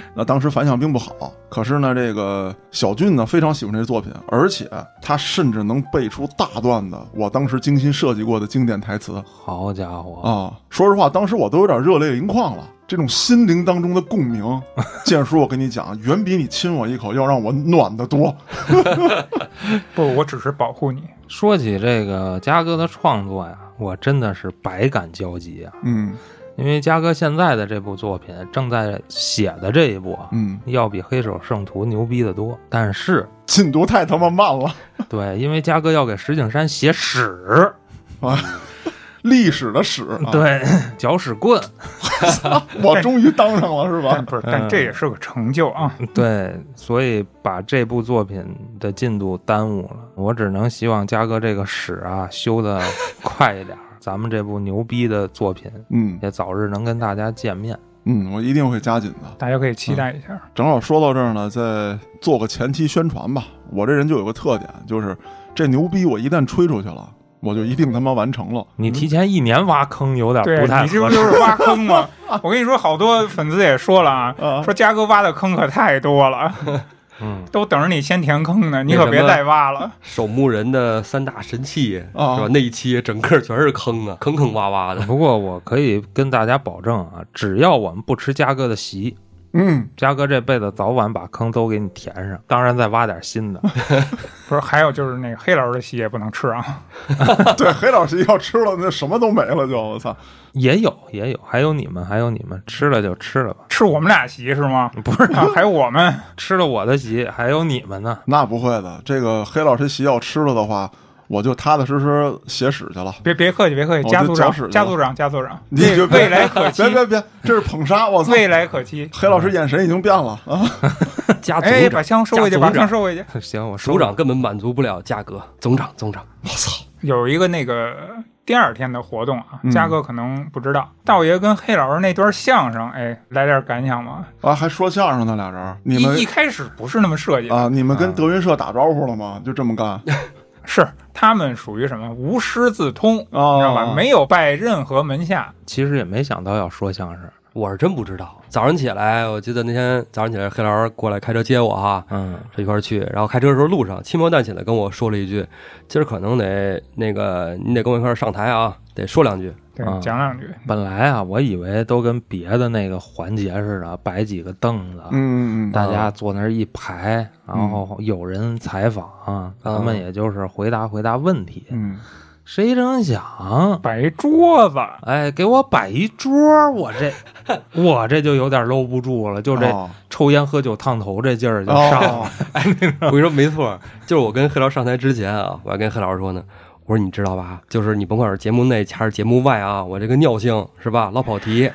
Speaker 2: 那当时反响并不好。可是呢，这个小俊呢非常喜欢这作品，而且他甚至能背出大段的我当时精心设计过的经典台词。
Speaker 1: 好家伙，
Speaker 2: 啊，说实话，当时我都有点热泪盈眶了。这种心灵当中的 共鸣，建叔，我跟你讲，远比你亲我一口要让我暖得多。
Speaker 3: 不，我只是保护你。
Speaker 1: 说起这个嘉哥的创作呀，我真的是百感交集啊。
Speaker 2: 嗯
Speaker 1: 因为嘉哥现在的这部作品正在写的这一部啊，
Speaker 2: 嗯，
Speaker 1: 要比《黑手圣徒》牛逼得多。但是，
Speaker 2: 进度太他妈慢了，
Speaker 1: 对，因为嘉哥要给石景山写史，
Speaker 2: 历史的史、啊，
Speaker 1: 对，搅屎棍，
Speaker 2: 我终于当上了，是
Speaker 3: 但
Speaker 2: 吧？
Speaker 3: 不是，但这也是个成就啊！
Speaker 2: 嗯
Speaker 1: 对，所以把这部作品的进度耽误了。我只能希望嘉哥这个屎啊修的快一点儿， 咱们这部牛逼的作品
Speaker 2: 嗯
Speaker 1: 也早日能跟大家见面。
Speaker 2: 嗯，我一定会加紧的。
Speaker 3: 大家可以期待一下。
Speaker 2: 正好说到这儿呢，再做个前期宣传吧。我这人就有个特点，就是这牛逼我一旦吹出去了，我就一定他妈完成了。
Speaker 1: 你提前一年挖坑有点不
Speaker 3: 对啊
Speaker 1: 太
Speaker 3: 你这不
Speaker 1: 合
Speaker 3: 就
Speaker 1: 适。
Speaker 3: 是挖 坑吗？我跟你说，好多粉丝也说了啊，
Speaker 2: 啊
Speaker 3: 说嘉哥挖的坑可太 多了，
Speaker 1: 嗯，
Speaker 3: 都等着你先填坑呢，你
Speaker 4: 那什
Speaker 3: 可
Speaker 4: 么
Speaker 3: 别再挖了。
Speaker 4: 守墓人的三大神器是
Speaker 2: 啊
Speaker 4: 吧？那一期整个全是坑啊，坑坑洼洼的。
Speaker 1: 不过我可以跟大家保证啊，只要我们不吃嘉哥的席，
Speaker 2: 嗯，
Speaker 1: 嘉哥这辈子早晚把坑都给你填上，当然再挖点新 的。
Speaker 3: 不是，还有就是那个黑老师的席也不能吃啊。
Speaker 2: 对，黑老师要吃了，那什么都没了就，我操。
Speaker 1: 也有也有，还有你们，还有你们，吃了就吃了吧，
Speaker 3: 吃我们俩席是吗？
Speaker 1: 不是
Speaker 3: 啊，还有我们，
Speaker 1: 吃了我的席，还有你们呢。
Speaker 2: 那不会的，这个黑老师席要吃了的话，我就踏踏实实写史去了。
Speaker 3: 别别客气，别客气，
Speaker 2: 我
Speaker 3: 加
Speaker 2: 哦就
Speaker 3: 组
Speaker 2: 搅
Speaker 3: 长
Speaker 2: 屎去，了
Speaker 3: 加组长，加组长，
Speaker 2: 你就别
Speaker 3: 未来可期
Speaker 2: 别，别别，这是捧杀！我操，
Speaker 3: 未来可期。
Speaker 2: 黑老师眼神已经变了啊！
Speaker 4: 加总
Speaker 3: 哎，把
Speaker 4: 长，
Speaker 3: 枪收回去，
Speaker 4: 加
Speaker 3: 把
Speaker 4: 组长
Speaker 3: 枪收回去。
Speaker 1: 行，我收
Speaker 4: 首
Speaker 1: 了
Speaker 4: 长根本满足不了价格，总长总长，
Speaker 2: 我操，
Speaker 3: 有一个那个第二天的活动啊
Speaker 2: 嗯，
Speaker 3: 嘉哥可能不知道，道爷跟黑老师那段相声，哎，来点感想吧。
Speaker 2: 啊，还说相声呢，俩人，你们
Speaker 3: 一一开始不是那么设计的，
Speaker 2: 啊，你们跟
Speaker 1: 啊
Speaker 2: 德云社打招呼了吗？就这么干
Speaker 3: 是他们属于什么无师自通，你知道
Speaker 2: 啊？
Speaker 3: 吧？没有拜任何门下，
Speaker 1: 其实也没想到要说相声，
Speaker 4: 我是真不知道。早上起来，我记得那天早上起来，黑老师过来开车接我哈，
Speaker 1: 嗯，
Speaker 4: 这一块儿去，然后开车的时候路上轻描淡写的跟我说了一句：“今儿可能得那个，你得跟我一块儿上台啊，得说两句。
Speaker 3: 对
Speaker 1: 啊，
Speaker 3: 讲两句。
Speaker 1: 本来啊，我以为都跟别的那个环节似的，摆几个凳子，
Speaker 2: 嗯嗯嗯，
Speaker 1: 大家坐那儿一排，然后有人采访，咱们也就是回答回答问题。
Speaker 2: 嗯，
Speaker 1: 谁成想，
Speaker 3: 摆一桌子，
Speaker 1: 哎，给我摆一桌，我这 我这就有点搂不住了，就这
Speaker 2: 哦
Speaker 1: 抽烟喝酒烫头这劲儿就上了。
Speaker 2: 哦，”
Speaker 4: 我跟你说，没错，就是我跟黑老师上台之前啊，我还跟黑老师说呢，我说你知道吧，就是你甭管是节目内还是节目外啊，我这个尿性是吧，老跑题，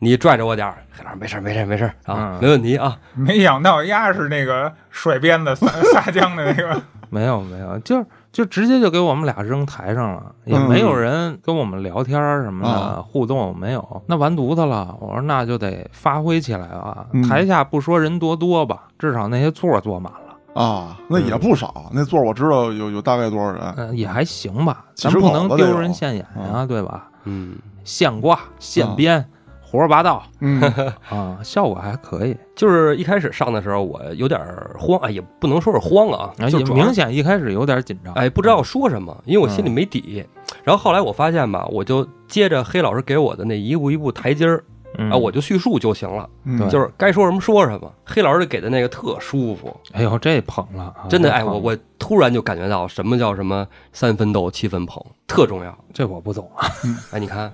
Speaker 4: 你拽着我点儿。黑老师没事儿没事儿没事儿啊，
Speaker 1: 嗯
Speaker 4: 没问题啊。
Speaker 3: 没想到丫是那个甩鞭子撒 撒浆的那个，
Speaker 1: 没有没有，就就直接就给我们俩扔台上了，也没有人跟我们聊天儿什么的、
Speaker 2: 啊
Speaker 1: 互动，没有。那完犊子了，我说那就得发挥起来啊！
Speaker 2: 嗯
Speaker 1: 台下不说人多多吧，至少那些座儿坐满了，
Speaker 2: 啊，那也不少，那座儿我知道有有大概多少人，
Speaker 1: 嗯、也还行吧，
Speaker 2: 几
Speaker 1: 咱
Speaker 2: 十
Speaker 1: 不
Speaker 2: 口
Speaker 1: 能
Speaker 2: 子得
Speaker 1: 丢
Speaker 2: 有
Speaker 1: 人现眼呀、对吧？
Speaker 4: 嗯，
Speaker 1: 现挂现编、胡说八道
Speaker 2: 嗯，
Speaker 1: 啊，效果还可以，
Speaker 4: 就是一开始上的时候，我有点儿慌，哎，也不能说是慌啊，
Speaker 1: 啊
Speaker 4: 就
Speaker 1: 也
Speaker 4: 主要是
Speaker 1: 明显嗯一开始有点紧张，
Speaker 4: 哎，不知道说什么，因为我心里没底。然后后来我发现吧，我就接着黑老师给我的那一步一步台阶儿
Speaker 1: 嗯
Speaker 4: 啊，我就叙述就行了，
Speaker 2: 嗯
Speaker 1: 对
Speaker 4: 就是该说什么说什么。黑老师给的那个特舒服，
Speaker 1: 哎呦这捧了，啊
Speaker 4: 真的
Speaker 1: 这
Speaker 4: 哎，
Speaker 1: 捧
Speaker 4: 我
Speaker 1: 了
Speaker 4: 我突然就感觉到什么叫什么三分逗七分捧，特重要。
Speaker 1: 这我不懂啊，
Speaker 4: 哎，你看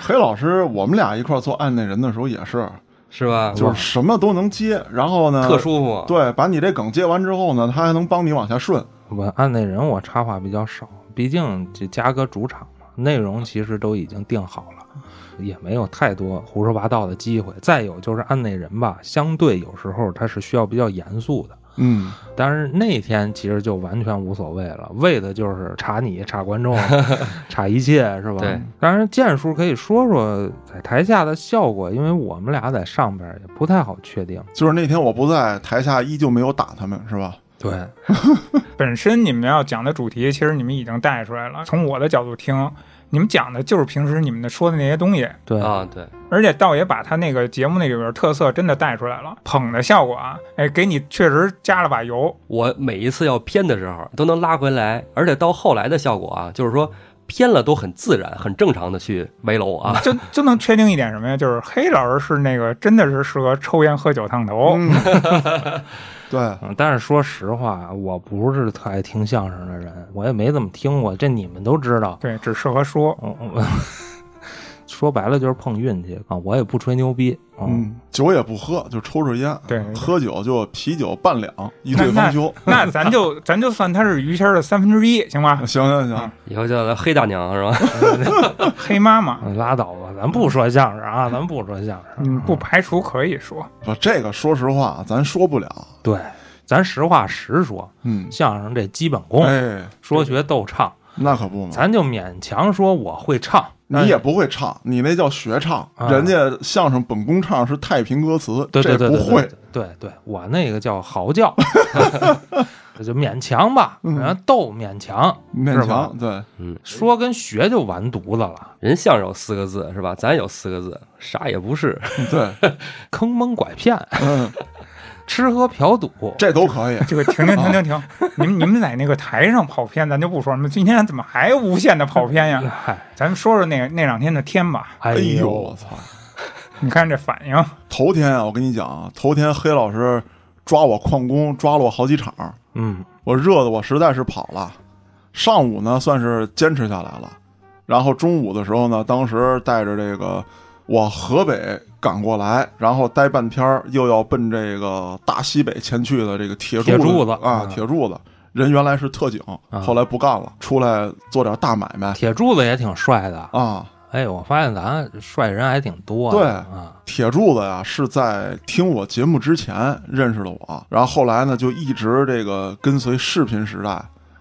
Speaker 2: 黑老师，我们俩一块儿做案内人的时候也是，
Speaker 4: 是吧？
Speaker 2: 就是什么都能接，然后呢，
Speaker 4: 特舒服。
Speaker 2: 对，把你这梗接完之后呢，他还能帮你往下顺。
Speaker 1: 我按那人我插话比较少，毕竟这嘉哥主场嘛，内容其实都已经定好了，也没有太多胡说八道的机会。再有就是按内人吧，相对有时候他是需要比较严肃的，
Speaker 2: 嗯，
Speaker 1: 但是那天其实就完全无所谓了，为的就是查你、查观 众、查一切，是吧？
Speaker 4: 对。
Speaker 1: 当然，建叔可以说说在台下的效果，因为我们俩在上边也不太好确定。
Speaker 2: 就是那天我不在，台下依旧没有打他们，是吧？
Speaker 1: 对，
Speaker 3: 本身你们要讲的主题，其实你们已经带出来了。从我的角度听，你们讲的就是平时你们的说的那些东西，
Speaker 1: 对，
Speaker 4: 啊，对，
Speaker 3: 而且道爷把他那个节目那里边特色真的带出来了，捧的效果啊，哎，给你确实加了把油。
Speaker 4: 我每一次要偏的时候都能拉回来，而且到后来的效果啊，就是说偏了都很自然、很正常的去围楼 啊。
Speaker 3: 就就能确定一点什么呀？就是黑老师是那个真的是适合抽烟喝酒烫头，
Speaker 2: 嗯， 对，
Speaker 1: 嗯，但是说实话，啊我不是特爱听相声的人，我也没怎么听过。这你们都知道，
Speaker 3: 对，只适合说。
Speaker 1: 嗯嗯， 说白了就是碰运气啊。我也不吹牛逼，嗯，
Speaker 2: 嗯，酒也不喝，就抽着烟，
Speaker 3: 对对
Speaker 2: 喝酒就啤酒半两，一醉方休。
Speaker 3: 那咱 就咱就算他是于谦儿的三分之一，行吧？
Speaker 2: 行行行，
Speaker 4: 以后叫她黑大娘是吧？
Speaker 3: 黑妈妈，
Speaker 1: 哎拉倒吧，咱不说相声啊，咱不说相声。
Speaker 2: 啊
Speaker 3: 嗯，不排除可以说。
Speaker 2: 不，这个说实话啊咱说不了。
Speaker 1: 对，咱实话实说，
Speaker 2: 嗯，
Speaker 1: 相声这基本功，
Speaker 2: 哎，嗯
Speaker 1: 说学逗唱，
Speaker 2: 那可不嘛，
Speaker 1: 咱就勉强说我会唱。
Speaker 2: 你也不会唱，你那叫学唱，
Speaker 1: 哎啊
Speaker 2: 人家相声本宫唱是太平歌词，
Speaker 1: 对对
Speaker 2: 这
Speaker 1: 对
Speaker 2: 不
Speaker 1: 对
Speaker 2: 会
Speaker 1: 对。对对，我那个叫嚎 叫， 就勉强吧，
Speaker 2: 嗯
Speaker 1: 然后逗勉强，
Speaker 2: 勉
Speaker 1: 是吧
Speaker 2: 强对，
Speaker 1: 说跟学就完犊子了。
Speaker 4: 人相声有四个字是吧？咱有四个字，啥也不是。
Speaker 2: 对，
Speaker 1: 坑蒙拐骗、
Speaker 2: 嗯，
Speaker 1: 吃喝嫖赌，
Speaker 2: 这都可 以。
Speaker 3: 这个停停停停
Speaker 2: 啊
Speaker 3: 停，你们你们在那个台上跑偏，咱就不说了。你们今天怎么还无限的跑 偏呀？
Speaker 1: 嗨，
Speaker 3: 咱们说说那那两天的天吧。
Speaker 1: 哎
Speaker 2: 呦，
Speaker 1: 呦，
Speaker 2: 我操！
Speaker 3: 你看这反 应，
Speaker 2: 头天啊，我跟你讲啊，头天黑老师抓我旷工，抓了我好几场，
Speaker 1: 嗯，
Speaker 2: 我热的我实在是跑了。上午呢，算是坚持下来了，然后中午的时候呢，当时带着这个我河北赶过来，然后待半天儿，又要奔这个大西北前去的这个铁柱
Speaker 1: 铁柱子
Speaker 2: 啊，
Speaker 1: 嗯
Speaker 2: 铁柱子。人原来是特警，
Speaker 1: 啊
Speaker 2: 后来不干了，出来做点大买卖
Speaker 1: 铁柱子也挺帅的。
Speaker 2: 啊。
Speaker 1: 哎，我发现咱帅人还挺多的。
Speaker 2: 对
Speaker 1: 啊，
Speaker 2: 铁柱子呀，是在听我节目之前认识的我，然后后来呢，就一直这个跟随视频时代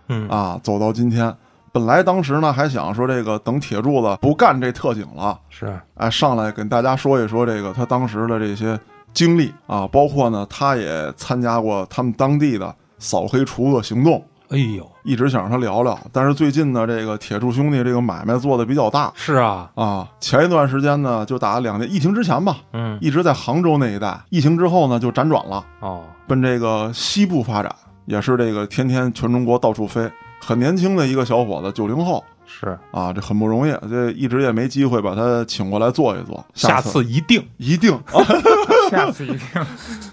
Speaker 1: 嗯
Speaker 2: 啊，走到今天。本来当时呢，还想说这个等铁柱子不干这特警了，
Speaker 1: 是
Speaker 2: 哎，上来跟大家说一说这个他当时的这些经历啊，包括呢，他也参加过他们当地的扫黑除恶行动，
Speaker 1: 哎呦，
Speaker 2: 一直想让他聊聊。但是最近呢，这个铁柱兄弟这个买卖做的比较大
Speaker 1: 是啊，
Speaker 2: 啊，前一段时间呢，就打两年疫情之前吧，
Speaker 1: 嗯，
Speaker 2: 一直在杭州那一带，疫情之后呢，就辗转了，
Speaker 1: 哦，
Speaker 2: 奔这个西部发展，也是这个天天全中国到处飞，很年轻的一个小伙子，九零后。
Speaker 1: 是
Speaker 2: 啊，这很不容易，这一直也没机会把他请过来坐一坐，
Speaker 1: 下
Speaker 2: 次
Speaker 1: 次一定
Speaker 2: 一定
Speaker 3: 啊下次一定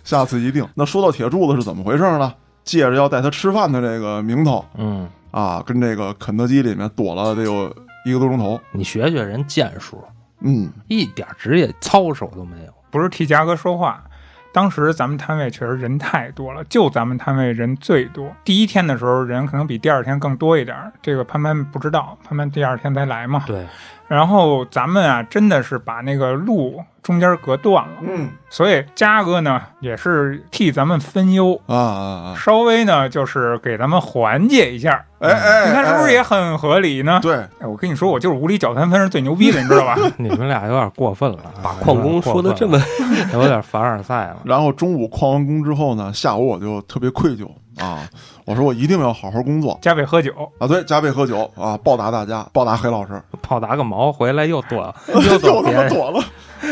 Speaker 2: 下次一定。那说到铁柱子是怎么回事呢？借着要带他吃饭的这个名头
Speaker 1: 嗯，
Speaker 2: 啊，跟这个肯德基里面躲了得有一个多钟头。
Speaker 1: 你学学人剑术，
Speaker 2: 嗯，
Speaker 1: 一点职业操守都没有。
Speaker 3: 不是替嘉哥说话。当时咱们摊位确实人太多了，就咱们摊位人最多。第一天的时候人可能比第二天更多一点儿，这个潘潘不知道，潘潘第二天才来嘛。
Speaker 4: 对，
Speaker 3: 然后咱们啊，真的是把那个路中间隔断了，
Speaker 2: 嗯
Speaker 3: 所以嘉哥呢也是替咱们分忧，
Speaker 2: 啊啊啊！
Speaker 3: 稍微呢就是给咱们缓解一下。
Speaker 2: 哎哎，
Speaker 3: 你看是不是也
Speaker 2: 哎
Speaker 3: 很合理呢？
Speaker 2: 对？
Speaker 3: 哎我跟你说，我就是无理搅三分是最牛逼的，你知道吧？
Speaker 1: 你们俩有点过分了啊，
Speaker 4: 把矿工说的这么
Speaker 1: 有点凡尔赛了。
Speaker 2: 然后中午旷完工之后呢，下午我就特别愧疚啊，我说我一定要好好工作
Speaker 3: 加倍喝酒，
Speaker 2: 啊，对，加倍喝酒啊，报答大家，报答黑老师。
Speaker 1: 炮打个毛回来 又躲，
Speaker 2: 又
Speaker 1: 躲
Speaker 2: 他
Speaker 1: 别
Speaker 2: 妈
Speaker 1: 人。
Speaker 2: 躲了。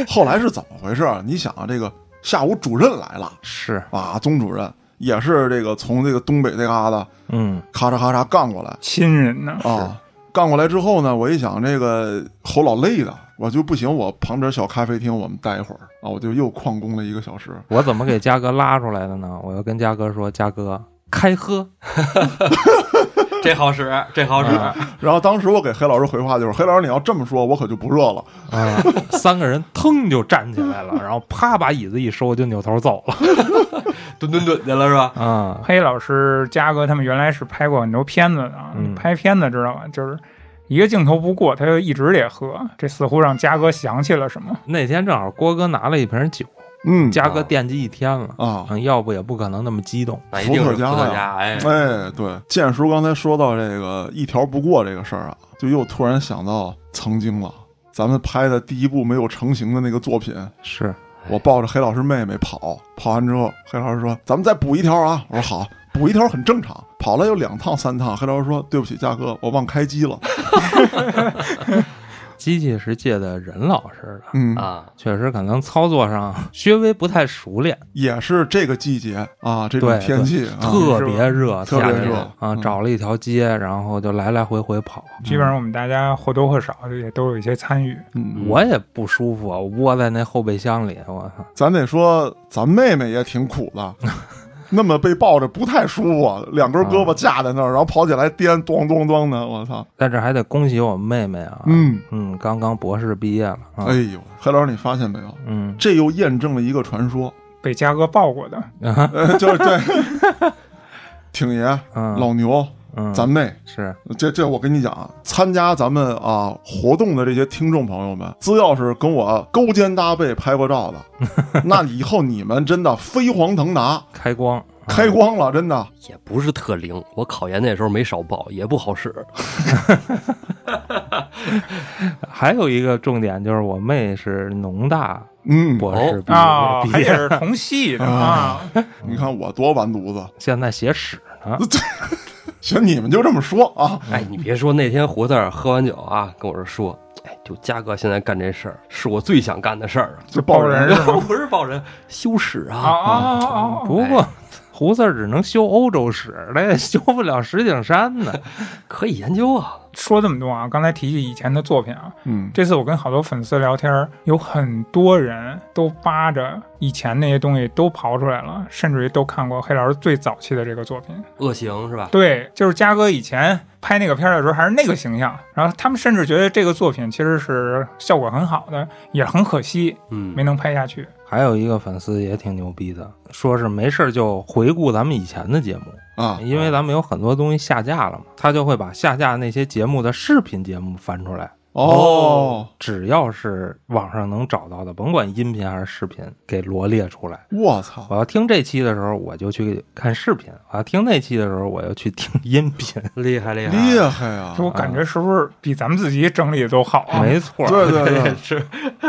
Speaker 2: 后来是怎么回事啊？你想啊，这个下午主任来了
Speaker 1: 是，
Speaker 2: 啊，宗主任也是这个从这个东北这旮瘩
Speaker 1: 嗯，
Speaker 2: 咔嚓咔嚓干过来
Speaker 3: 亲人呢？
Speaker 2: 啊，干过来之后呢，我一想这个吼老累的，我就不行，我旁边小咖啡厅我们待一会儿啊，我就又旷工了一个小时。
Speaker 1: 我怎么给嘉哥拉出来的呢？ 我要跟嘉哥说，嘉哥开喝，
Speaker 4: 这好使，这好使。
Speaker 2: 然后当时我给黑老师回话就是，黑老师你要这么说，我可就不热了。
Speaker 1: 啊， 三个人腾就站起 来了，然后啪把椅子一收就扭头走了，
Speaker 4: 蹲蹲蹲去了是吧？
Speaker 1: 啊，
Speaker 3: 黑老师、嘉哥他们原来是拍过很多片子的啊，
Speaker 1: 嗯
Speaker 3: 拍片子知道吧？就是一个镜头不过，他就一直得喝，这似乎让嘉哥想起了什么。
Speaker 1: 那天正好郭哥拿了一瓶酒，
Speaker 2: 嗯
Speaker 1: 嘉哥惦记一天了，
Speaker 2: 啊。
Speaker 1: 嗯，要不也不可能那么激动。
Speaker 4: 那一定是伏
Speaker 2: 伏特
Speaker 4: 特
Speaker 2: 加
Speaker 4: 加，哎，
Speaker 2: 哎，对，建叔刚才说到这个一条不过这个事儿啊，就又突然想到曾经了。咱们拍的第一部没有成型的那个作品，
Speaker 1: 是，
Speaker 2: 我抱着黑老师妹妹跑，跑完之后，黑老师说：“咱们再补一条啊。”我说：“好，补一条很正常。”跑了有两趟三趟，黑老师说：“对不起，嘉哥，我忘开机 了。
Speaker 1: 机器是借的人老实的”，
Speaker 2: 嗯，
Speaker 4: 啊，
Speaker 1: 确实可能操作上稍微不太熟练，
Speaker 2: 也是这个季节啊，这种
Speaker 1: 对
Speaker 2: 天气啊，
Speaker 1: 特别热，
Speaker 2: 特别
Speaker 1: 夏天
Speaker 2: 热
Speaker 1: 啊，
Speaker 2: 嗯
Speaker 1: 找了一条街，然后就来来回回跑，
Speaker 3: 基本上我们大家或多或少也都有一些参与。
Speaker 2: 嗯，
Speaker 1: 我也不舒服，啊我窝在那后备箱里，我操，
Speaker 2: 咱得说，咱妹妹也挺苦 的，那么被抱着不太舒服啊，两根胳膊架在那儿，然后跑起来颠咚咚咚的，我操！
Speaker 1: 在这还得恭喜我妹妹啊，
Speaker 2: 嗯，
Speaker 1: 嗯刚刚博士毕业了，啊、
Speaker 2: 哎呦，黑老师，你发现没有？
Speaker 1: 嗯，
Speaker 2: 这又验证了一个传说，
Speaker 3: 被嘉哥抱过的，
Speaker 1: 啊
Speaker 2: 呃，就是对， 挺爷、
Speaker 1: 嗯，
Speaker 2: 老牛、
Speaker 1: 嗯，
Speaker 2: 咱妹，
Speaker 1: 是
Speaker 2: 这这我跟你讲啊，参加咱们啊活动的这些听众朋友们，只要是跟我勾肩搭背拍过 照的，那以后你们真的飞黄腾达，
Speaker 1: 开光，
Speaker 2: 开光了，真的。
Speaker 4: 也不是特灵。我考研那时候没少报，也不好使。
Speaker 1: 还有一个重点就是我妹是农大
Speaker 2: 嗯，
Speaker 1: 博士毕业，
Speaker 3: 啊，
Speaker 1: 毕
Speaker 3: 还
Speaker 1: 业
Speaker 3: 得是同系的啊，
Speaker 2: 你看我多完犊子，
Speaker 1: 现在写史呢，
Speaker 2: 行，你们就这么说啊。
Speaker 4: 哎，你别说，那天胡子儿喝完酒啊，跟我这说，哎，就嘉哥现在干这事儿，是我最想干的事儿啊。
Speaker 3: 就抱
Speaker 2: 哎
Speaker 3: 人是吗？
Speaker 4: 不是抱人，羞耻
Speaker 3: 啊
Speaker 4: 啊！
Speaker 3: 啊啊啊！啊
Speaker 1: 不过。胡四儿只能修欧洲史， 他也修不了石景山呢。
Speaker 4: 可以研究啊。
Speaker 3: 说这么多啊，刚才提起以前的作品啊，
Speaker 2: 嗯，
Speaker 3: 这次我跟好多粉丝聊天儿，有很多人都扒着以前那些东西都刨出来了，甚至于都看过黑老师最早期的这个作品。
Speaker 4: 恶行是吧？
Speaker 3: 对，就是嘉哥以前拍那个片儿的时候还是那个形象，然后他们甚至觉得这个作品其实是效果很好的，也很可惜
Speaker 4: 嗯
Speaker 3: 没能拍下去。
Speaker 1: 还有一个粉丝也挺牛逼的，说是没事儿就回顾咱们以前的节目，
Speaker 2: 啊，
Speaker 3: 哎
Speaker 1: 因为咱们有很多东西下架了嘛，他就会把下架那些节目的视频节目翻出来，
Speaker 2: 哦，
Speaker 1: 只要是网上能找到的，甭管音频还是视频，给罗列出来。
Speaker 2: 我操，
Speaker 1: 我要听这期的时候，我就去看视频；我要听那期的时候，我要去听音 频。
Speaker 4: 厉害厉
Speaker 3: 哎
Speaker 4: 害
Speaker 2: 厉害啊
Speaker 4: 哦
Speaker 3: 就！我感觉是不是比咱们自己整理的都好啊？
Speaker 1: 没错儿，
Speaker 2: 对对对，
Speaker 4: 是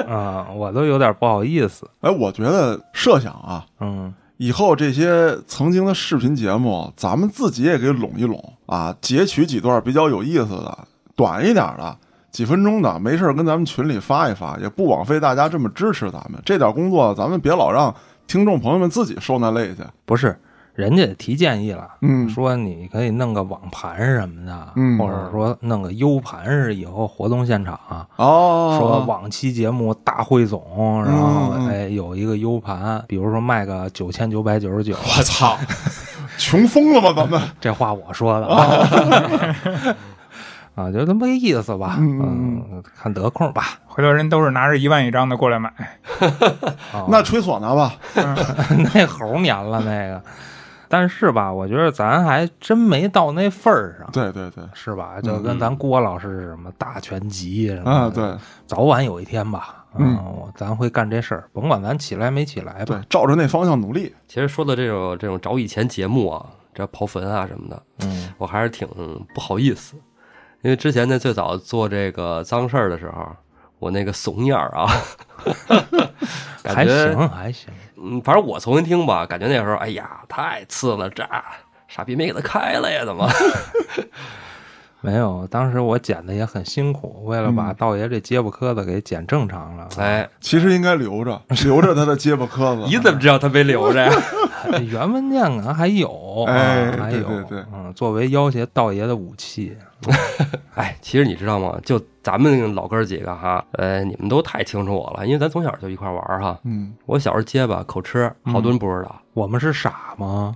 Speaker 1: 啊、我都有点不好意思。
Speaker 2: 哎，我觉得设想啊，
Speaker 1: 嗯，
Speaker 2: 以后这些曾经的视频节目，咱们自己也给拢一拢啊，截取几段比较有意思的、短一点的、几分钟的，没事儿跟咱们群里发一发，也不枉费大家这么支持咱们。这点工作，咱们别老让听众朋友们自己受那累去。
Speaker 1: 不是，人家提建议了，
Speaker 2: 嗯
Speaker 1: 说你可以弄个网盘什么的，
Speaker 2: 嗯
Speaker 1: 或者说弄个 U 盘是以后活动现场啊、
Speaker 2: 哦，
Speaker 1: 说往期节目大汇总，然后、
Speaker 2: 嗯嗯
Speaker 1: 哎有一个 U 盘，比如说卖个九千九百九十九，
Speaker 2: 我操， 穷疯了吧咱们？
Speaker 1: 这话我说的啊，啊就这么个意思吧，
Speaker 2: 嗯
Speaker 1: 嗯，看得空吧，
Speaker 3: 回头人都是拿着一万一张的过来买，
Speaker 1: 啊、
Speaker 2: 那吹唢呐吧，
Speaker 1: 那猴年了那个，但是吧，我觉得咱还真没到那份儿上。
Speaker 2: 对对对，
Speaker 1: 是吧？就跟咱郭老师什么大全集什么
Speaker 2: 啊
Speaker 1: 的
Speaker 2: 对
Speaker 1: 早晚有一天吧，
Speaker 2: 嗯
Speaker 1: 我咱会干这事儿，甭管咱起来没起来
Speaker 2: 对
Speaker 1: 吧，，
Speaker 2: 照着那方向努力。
Speaker 4: 其实说的这种这种找以前节目啊，这刨坟啊什么的，
Speaker 1: 嗯，
Speaker 4: 我还是挺不好意思，因为之前在最早做这个脏事儿的时候，我那个怂样儿啊，
Speaker 1: 还
Speaker 4: 感觉
Speaker 1: 行还行，
Speaker 4: 嗯，反正我重新听吧，感觉那时候，哎呀，太次了，这傻逼没给他开了呀，怎么？
Speaker 1: 没有，当时我剪的也很辛苦，为了把道爷这结巴磕子给剪正常了，
Speaker 4: 哎，
Speaker 2: 其实应该留着，留着他的结巴磕子。
Speaker 4: 你怎么知道他没留着呀？
Speaker 1: 原文件可能还有，啊
Speaker 2: 哎
Speaker 1: 还
Speaker 2: 对
Speaker 1: 有，
Speaker 2: 对对
Speaker 1: 嗯，作为要挟道爷的武器，
Speaker 4: 哎，其实你知道吗？就咱们老哥儿几个哈，呃，你们都太清楚我了，因为咱从小就一块儿玩儿哈。
Speaker 2: 嗯，
Speaker 4: 我小时候结巴口吃，好多人不知道，
Speaker 1: 我们是傻吗？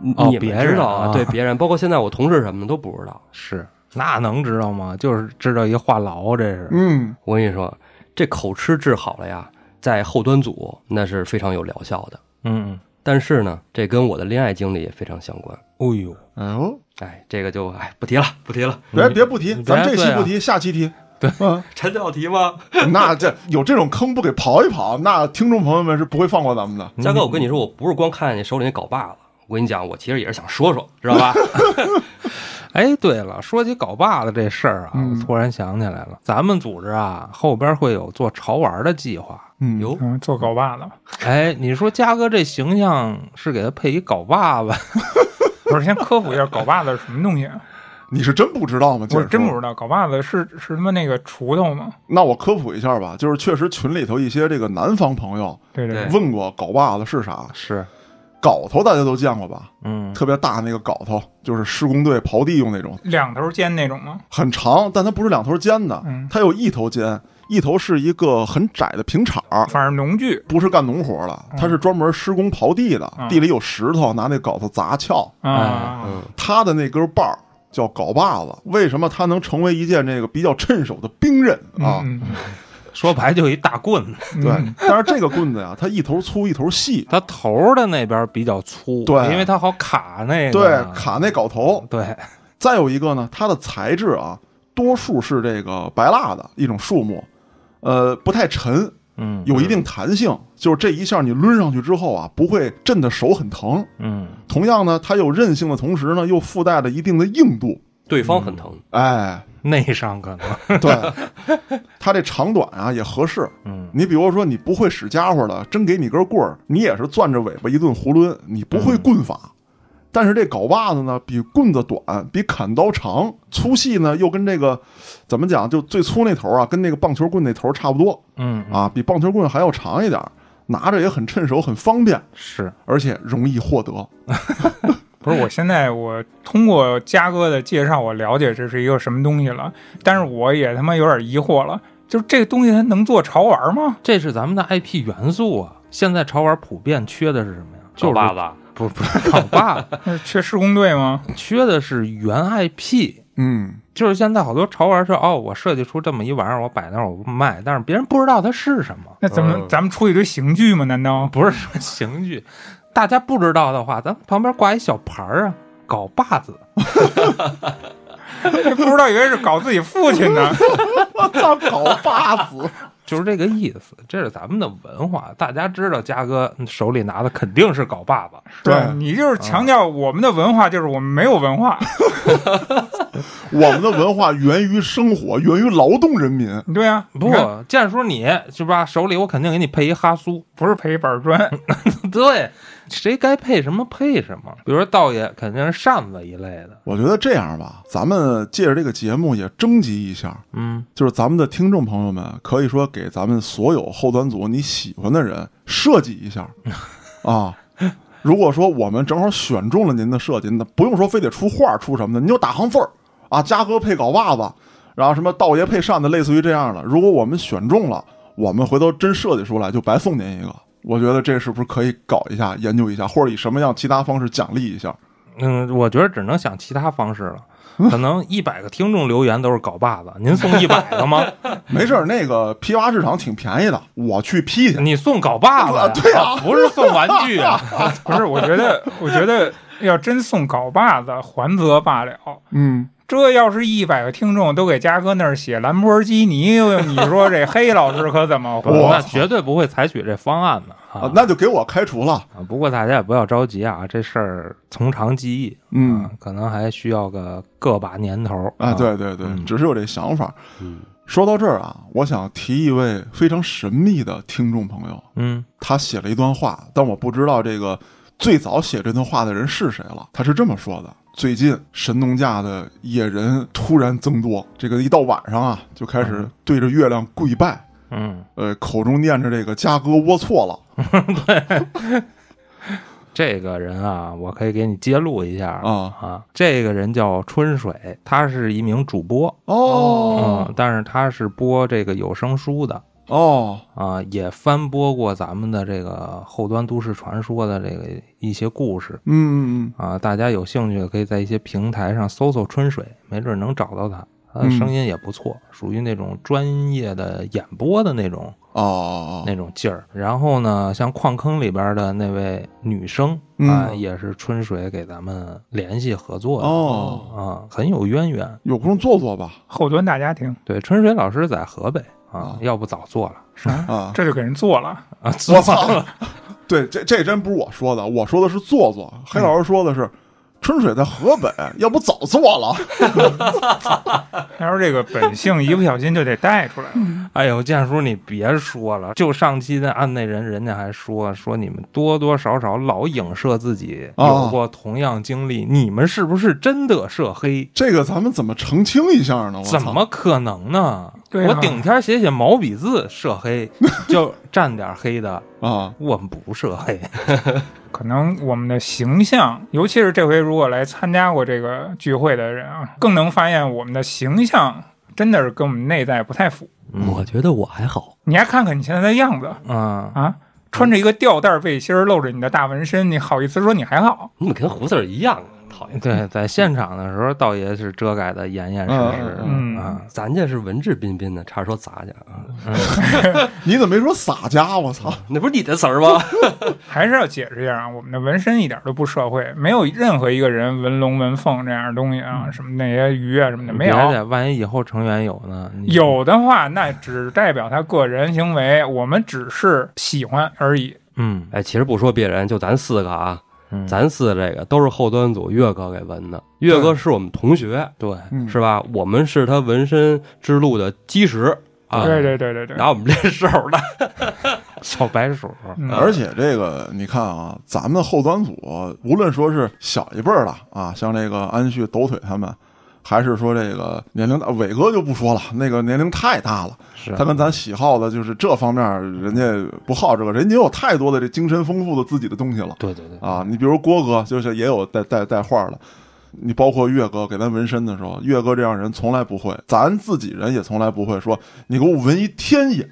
Speaker 4: 你
Speaker 1: 嗯哦
Speaker 4: 你
Speaker 1: 别
Speaker 4: 们
Speaker 1: 人
Speaker 4: 知道啊？
Speaker 1: 啊
Speaker 4: 对别人，包括现在我同事什么的都不知道。
Speaker 1: 是，那能知道吗？就是知道一话痨，这是，
Speaker 2: 嗯，
Speaker 4: 我跟你说，这口吃治好了呀，在后端组那是非常有疗效的。
Speaker 1: 嗯，
Speaker 4: 但是呢，这跟我的恋爱经历也非常相关。
Speaker 1: 哦呦，
Speaker 2: 哎呦，
Speaker 4: 哎，这个就哎不提了，不提了，
Speaker 2: 别别不提，
Speaker 1: 你
Speaker 2: 咱这
Speaker 1: 别
Speaker 2: 期
Speaker 1: 对啊
Speaker 2: 不提，下期提。 对，嗯，
Speaker 4: 陈要提吗？
Speaker 2: 那这有这种坑不给刨一刨，那听众朋友们是不会放过咱们的。
Speaker 4: 嘉哥，我跟你说，我不是光看你手里那镐把子，我跟你讲，我其实也是想说说，知道吧？
Speaker 1: 哎，对了，说起镐把子这事儿啊，
Speaker 2: 嗯
Speaker 1: 我突然想起来了，咱们组织啊后边会有做潮玩的计划。
Speaker 2: 嗯，
Speaker 4: 哟，
Speaker 3: 嗯，做镐把子。
Speaker 1: 哎，你说嘉哥这形象是给他配一镐把子？
Speaker 3: 不是，先科普一下镐把子是什么东 西啊？
Speaker 2: 你是真不知道吗？
Speaker 3: 我是真不
Speaker 2: 道。
Speaker 3: 知道，镐把子是是他妈那个锄头吗？
Speaker 2: 那我科普一下吧，就是确实群里头一些这个南方朋友
Speaker 3: 对对
Speaker 4: 对
Speaker 2: 问过镐把子是啥，
Speaker 1: 是，
Speaker 2: 镐头大家都见过吧？
Speaker 1: 嗯，
Speaker 2: 特别大那个镐头，就是施工队刨地用那种，
Speaker 3: 两头尖那种吗？
Speaker 2: 很长，但它不是两头尖的
Speaker 3: 嗯，
Speaker 2: 它有一头尖，一头是一个很窄的平铲儿。
Speaker 3: 反正农具
Speaker 2: 不是干农活的，它是专门施工刨地的，
Speaker 3: 嗯
Speaker 2: 地里有石头，拿那镐头砸撬。
Speaker 3: 啊，
Speaker 4: 嗯，
Speaker 2: 它的那根把儿叫镐把子，为什么它能成为一件这个比较趁手的兵刃啊？
Speaker 3: 嗯，嗯
Speaker 1: 说白就一大棍子，
Speaker 3: 嗯
Speaker 2: 对，但是这个棍子呀，它一头粗一头细，
Speaker 1: 它头的那边比较粗，
Speaker 2: 对
Speaker 1: 因为它好卡那个，啊
Speaker 2: 对，卡那镐头。
Speaker 1: 对，
Speaker 2: 再有一个呢，它的材质啊，多数是这个白蜡的一种树木，呃，不太沉，
Speaker 1: 嗯，
Speaker 2: 有一定弹性，就是这一下你抡上去之后啊，不会震得手很疼。
Speaker 1: 嗯，
Speaker 2: 同样呢，它有韧性的同时呢，又附带了一定的硬度。
Speaker 4: 对方很疼，
Speaker 2: 哎，
Speaker 1: 内伤可能，
Speaker 2: 对，它这长短啊也合适。
Speaker 1: 嗯，
Speaker 2: 你比如说，你不会使家伙的，真给你根棍儿，你也是攥着尾巴一顿胡抡，你不
Speaker 1: 嗯
Speaker 2: 会棍法。但是这镐把子呢，比棍子短，比砍刀长，粗细呢又跟这个怎么讲，就最粗那头啊，跟那个棒球棍那头差不多
Speaker 1: 嗯，
Speaker 2: 啊，比棒球棍还要长一点儿，拿着也很趁手，很方便，
Speaker 1: 是，
Speaker 2: 而且容易获得。
Speaker 3: 不是，我现在我通过嘉哥的介绍，我了解这是一个什么东西了，但是我也他妈有点疑惑了，就是这个东西它能做潮玩吗？
Speaker 1: 这是咱们的 IP 元素啊。现在潮玩普遍缺的是什么呀？就是
Speaker 4: 镐 把子，
Speaker 1: 不不是镐把子，
Speaker 3: 那是缺施工队吗？
Speaker 1: 缺的是原 IP，
Speaker 2: 嗯，
Speaker 1: 就是现在好多潮玩是哦，我设计出这么一玩意儿，我摆那儿我卖，但是别人不知道它是什么，
Speaker 3: 那怎么
Speaker 4: 嗯
Speaker 3: 咱们出一堆刑具吗？难道
Speaker 1: 不是说刑具。大家不知道的话，咱旁边挂一小牌儿啊，搞把子，
Speaker 3: 不知道以为是搞自己父亲呢？
Speaker 2: 我操，搞把子，
Speaker 1: 就是这个意思。这是咱们的文化，大家知道嘉哥手里拿的肯定是搞把子，
Speaker 2: 对
Speaker 3: 你就是强调我们的文化，就是我们没有文化。
Speaker 2: 我们的文化源于生活，源于劳动人民。
Speaker 3: 对啊，
Speaker 1: 不
Speaker 3: 你看，
Speaker 1: 建叔你是吧？手里我肯定给你配一哈苏，
Speaker 3: 不是赔板砖，
Speaker 1: 对，谁该配什么配什么。比如说道爷肯定是扇子一类的，
Speaker 2: 我觉得这样吧，咱们借着这个节目也征集一下，
Speaker 1: 嗯，
Speaker 2: 就是咱们的听众朋友们，可以说给咱们所有后端组你喜欢的人设计一 下啊。如果说我们正好选中了您的设计，那不用说非得出画出什么的，你就打行字儿啊，嘉哥配搞袜子，然后什么道爷配扇子，类似于这样的。如果我们选中了，我们回头真设计出来，就白送您一个。我觉得这是不是可以搞一下、研究一下，或者以什么样其他方式奖励一下？
Speaker 1: 嗯，我觉得只能想其他方式了。可能一百个听众留言都是搞把子，您送一百个 吗？
Speaker 2: 没事儿，那个批发市场挺便宜的，我去批去。
Speaker 1: 你送搞把子呀、
Speaker 2: 啊对啊
Speaker 1: 不是送玩具 啊。
Speaker 3: 不是？我觉得，我觉得要真送镐把子，还则罢了。
Speaker 2: 嗯，
Speaker 3: 这要是一百个听众都给嘉哥那儿写兰博基尼， 你说这黑老师可怎么活？
Speaker 2: 我
Speaker 1: 那
Speaker 2: 操
Speaker 1: 绝对不会采取这方案的啊
Speaker 2: 啊，那就给我开除了。
Speaker 1: 啊不过大家也不要着急啊，这事儿从长计议，
Speaker 2: 嗯
Speaker 1: 啊，可能还需要个个把年头
Speaker 2: 啊，，对对对，
Speaker 1: 嗯
Speaker 2: 只是有这想法。
Speaker 4: 嗯，
Speaker 2: 说到这儿啊，我想提一位非常神秘的听众朋友，
Speaker 1: 嗯
Speaker 2: 他写了一段话，但我不知道这个最早写这段话的人是谁了。他是这么说的：最近神农架的野人突然增多，这个一到晚上啊，就开始对着月亮跪拜，
Speaker 1: 嗯，
Speaker 2: 呃，口中念着这个“家哥龌龊了
Speaker 1: 这个人啊，我可以给你揭露一下”
Speaker 2: 啊。
Speaker 1: 啊，这个人叫春水，他是一名主播，
Speaker 2: 哦
Speaker 1: 嗯，但是他是播这个有声书的
Speaker 2: 哦
Speaker 1: 啊，也翻播过咱们的这个后端都市传说的这个一些故事
Speaker 2: 嗯，嗯
Speaker 1: 啊，大家有兴趣的可以在一些平台上搜搜春水，没准能找到他。他的
Speaker 2: 嗯
Speaker 1: 声音也不错，属于那种专业的演播的那种
Speaker 2: 嗯哦
Speaker 1: 那种劲儿。然后呢，像矿坑里边的那位女生啊，
Speaker 2: 嗯
Speaker 1: 也是春水给咱们联系合作的
Speaker 2: 哦，
Speaker 1: 啊，很有渊源。
Speaker 2: 有空做做吧
Speaker 3: 后端大家庭
Speaker 1: 对，春水老师在河北啊
Speaker 2: 哦，
Speaker 1: 要不早做了
Speaker 3: 啥？
Speaker 2: 啊。
Speaker 3: 这就给人做了，
Speaker 1: 啊，
Speaker 2: 我
Speaker 1: 做
Speaker 2: 操！对，这这真不是我说的，我说的是做做。黑老师说的是，春水在河北，要不早做了。
Speaker 3: 要是这个本性一不小心就得带出来了。
Speaker 2: 嗯
Speaker 1: 哎呦，建叔你别说了，就上期那案内人，人家还说说你们多多少少老影射自己
Speaker 2: 哦
Speaker 1: 有过同样经历，你们是不是真的涉黑？
Speaker 2: 这个咱们怎么澄清一下呢？我操
Speaker 1: 怎么可能呢？
Speaker 3: 对啊
Speaker 1: 我顶天写写毛笔字涉 黑，就蘸点黑的，
Speaker 2: 啊？
Speaker 1: 我们不涉黑。
Speaker 3: 可能我们的形象，尤其是这回如果来参加过这个聚会的人啊，更能发现我们的形象真的是跟我们内在不太符。
Speaker 4: 我觉得我还好，
Speaker 3: 你还看看你现在的样子
Speaker 1: 嗯，
Speaker 3: 啊，穿着一个吊带背心儿，露着你的大纹身，你好意思说你还好？
Speaker 4: 你怎么跟胡四儿一样啊？讨 厌，
Speaker 1: 对，在现场的时候，道爷是遮盖的严严实实的
Speaker 3: 嗯嗯嗯
Speaker 1: 啊。
Speaker 4: 咱家是文质彬彬的，差点说咱家啊，
Speaker 2: 你怎么没说洒家？我操！
Speaker 4: 那不是你的词儿吗？
Speaker 3: 还是要解释一下啊，我们的纹身一点都不社会，没有任何一个人纹龙纹凤这样的东西
Speaker 4: 嗯
Speaker 3: 啊，什么那些鱼啊什么的没有。
Speaker 1: 别的，万一以后成员有呢？你
Speaker 3: 有的话，那只代表他个人行为，我们只是喜欢而已。
Speaker 1: 嗯，
Speaker 4: 哎，其实不说别人，就咱四个啊，
Speaker 1: 嗯
Speaker 4: 咱四个这个都是后端组岳哥给纹的。岳哥是我们同学，
Speaker 1: 对，
Speaker 2: 嗯
Speaker 4: 是吧？我们是他纹身之路的基石啊。
Speaker 3: 对对对对对
Speaker 4: 然。后我们练手的，
Speaker 1: 小白鼠，
Speaker 3: 嗯
Speaker 2: 而且这个你看啊，咱们后端组无论说是小一辈儿的啊，像这个安旭、抖腿他们，还是说这个年龄大，伟哥就不说了，那个年龄太大了，
Speaker 1: 是
Speaker 2: 他跟咱喜好的就是这方面，人家不好这个，人家有太多的这精神丰富的自己的东西了。
Speaker 1: 对对对，
Speaker 2: 啊，你比如郭哥，就是也有带带带画的，你包括岳哥给咱纹身的时候，岳哥这样人从来不会，咱自己人也从来不会说你给我纹一天眼，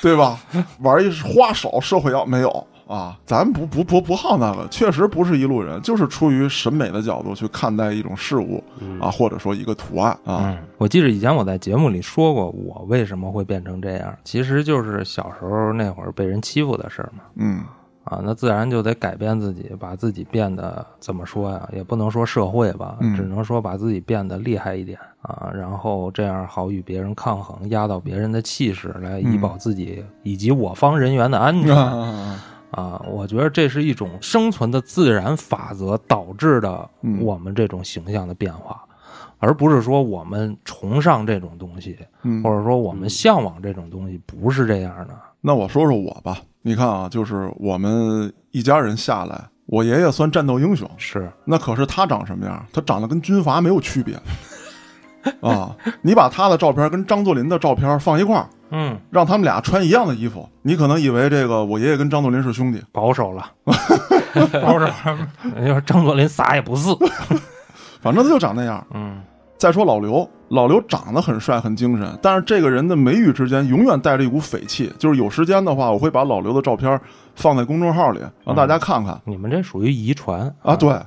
Speaker 2: 对吧？玩一花手社会摇没有啊，咱不不不不好那个，确实不是一路人，就是出于审美的角度去看待一种事物啊，或者说一个图案啊，
Speaker 1: 我记得以前我在节目里说过，我为什么会变成这样，其实就是小时候那会儿被人欺负的事儿嘛。
Speaker 2: 嗯
Speaker 1: 啊，那自然就得改变自己，把自己变得怎么说呀？也不能说社会吧，
Speaker 2: 嗯
Speaker 1: 只能说把自己变得厉害一点啊，然后这样好与别人抗衡，压倒别人的气势，来以保自己以及我方人员的安全、
Speaker 2: 嗯啊
Speaker 1: 啊。我觉得这是一种生存的自然法则导致的
Speaker 2: 嗯
Speaker 1: 我们这种形象的变化，而不是说我们崇尚这种东西，
Speaker 2: 嗯
Speaker 1: 或，者说我们
Speaker 4: 嗯
Speaker 1: 向往这种东西，不是这样的。
Speaker 2: 那我说说我吧，你看啊，就是我们一家人下来，我爷爷算战斗英雄，
Speaker 1: 是，
Speaker 2: 那可是他长什么样？他长得跟军阀没有区别 啊！你把他的照片跟张作霖的照片放一块儿，
Speaker 1: 嗯，
Speaker 2: 让他们俩穿一样的衣服，你可能以为这个我爷爷跟张作霖是兄弟，
Speaker 1: 保守了。
Speaker 3: 包着了
Speaker 1: 要是张作霖啥也不 是，
Speaker 2: 反正他就长那样。
Speaker 1: 嗯，
Speaker 2: 再说老刘，老刘长得很帅很精神，但是这个人的眉宇之间永远带着一股匪气。就是有时间的话，我会把老刘的照片放在公众号里，让大家看看。
Speaker 1: 你们这属于遗传
Speaker 2: 啊，对，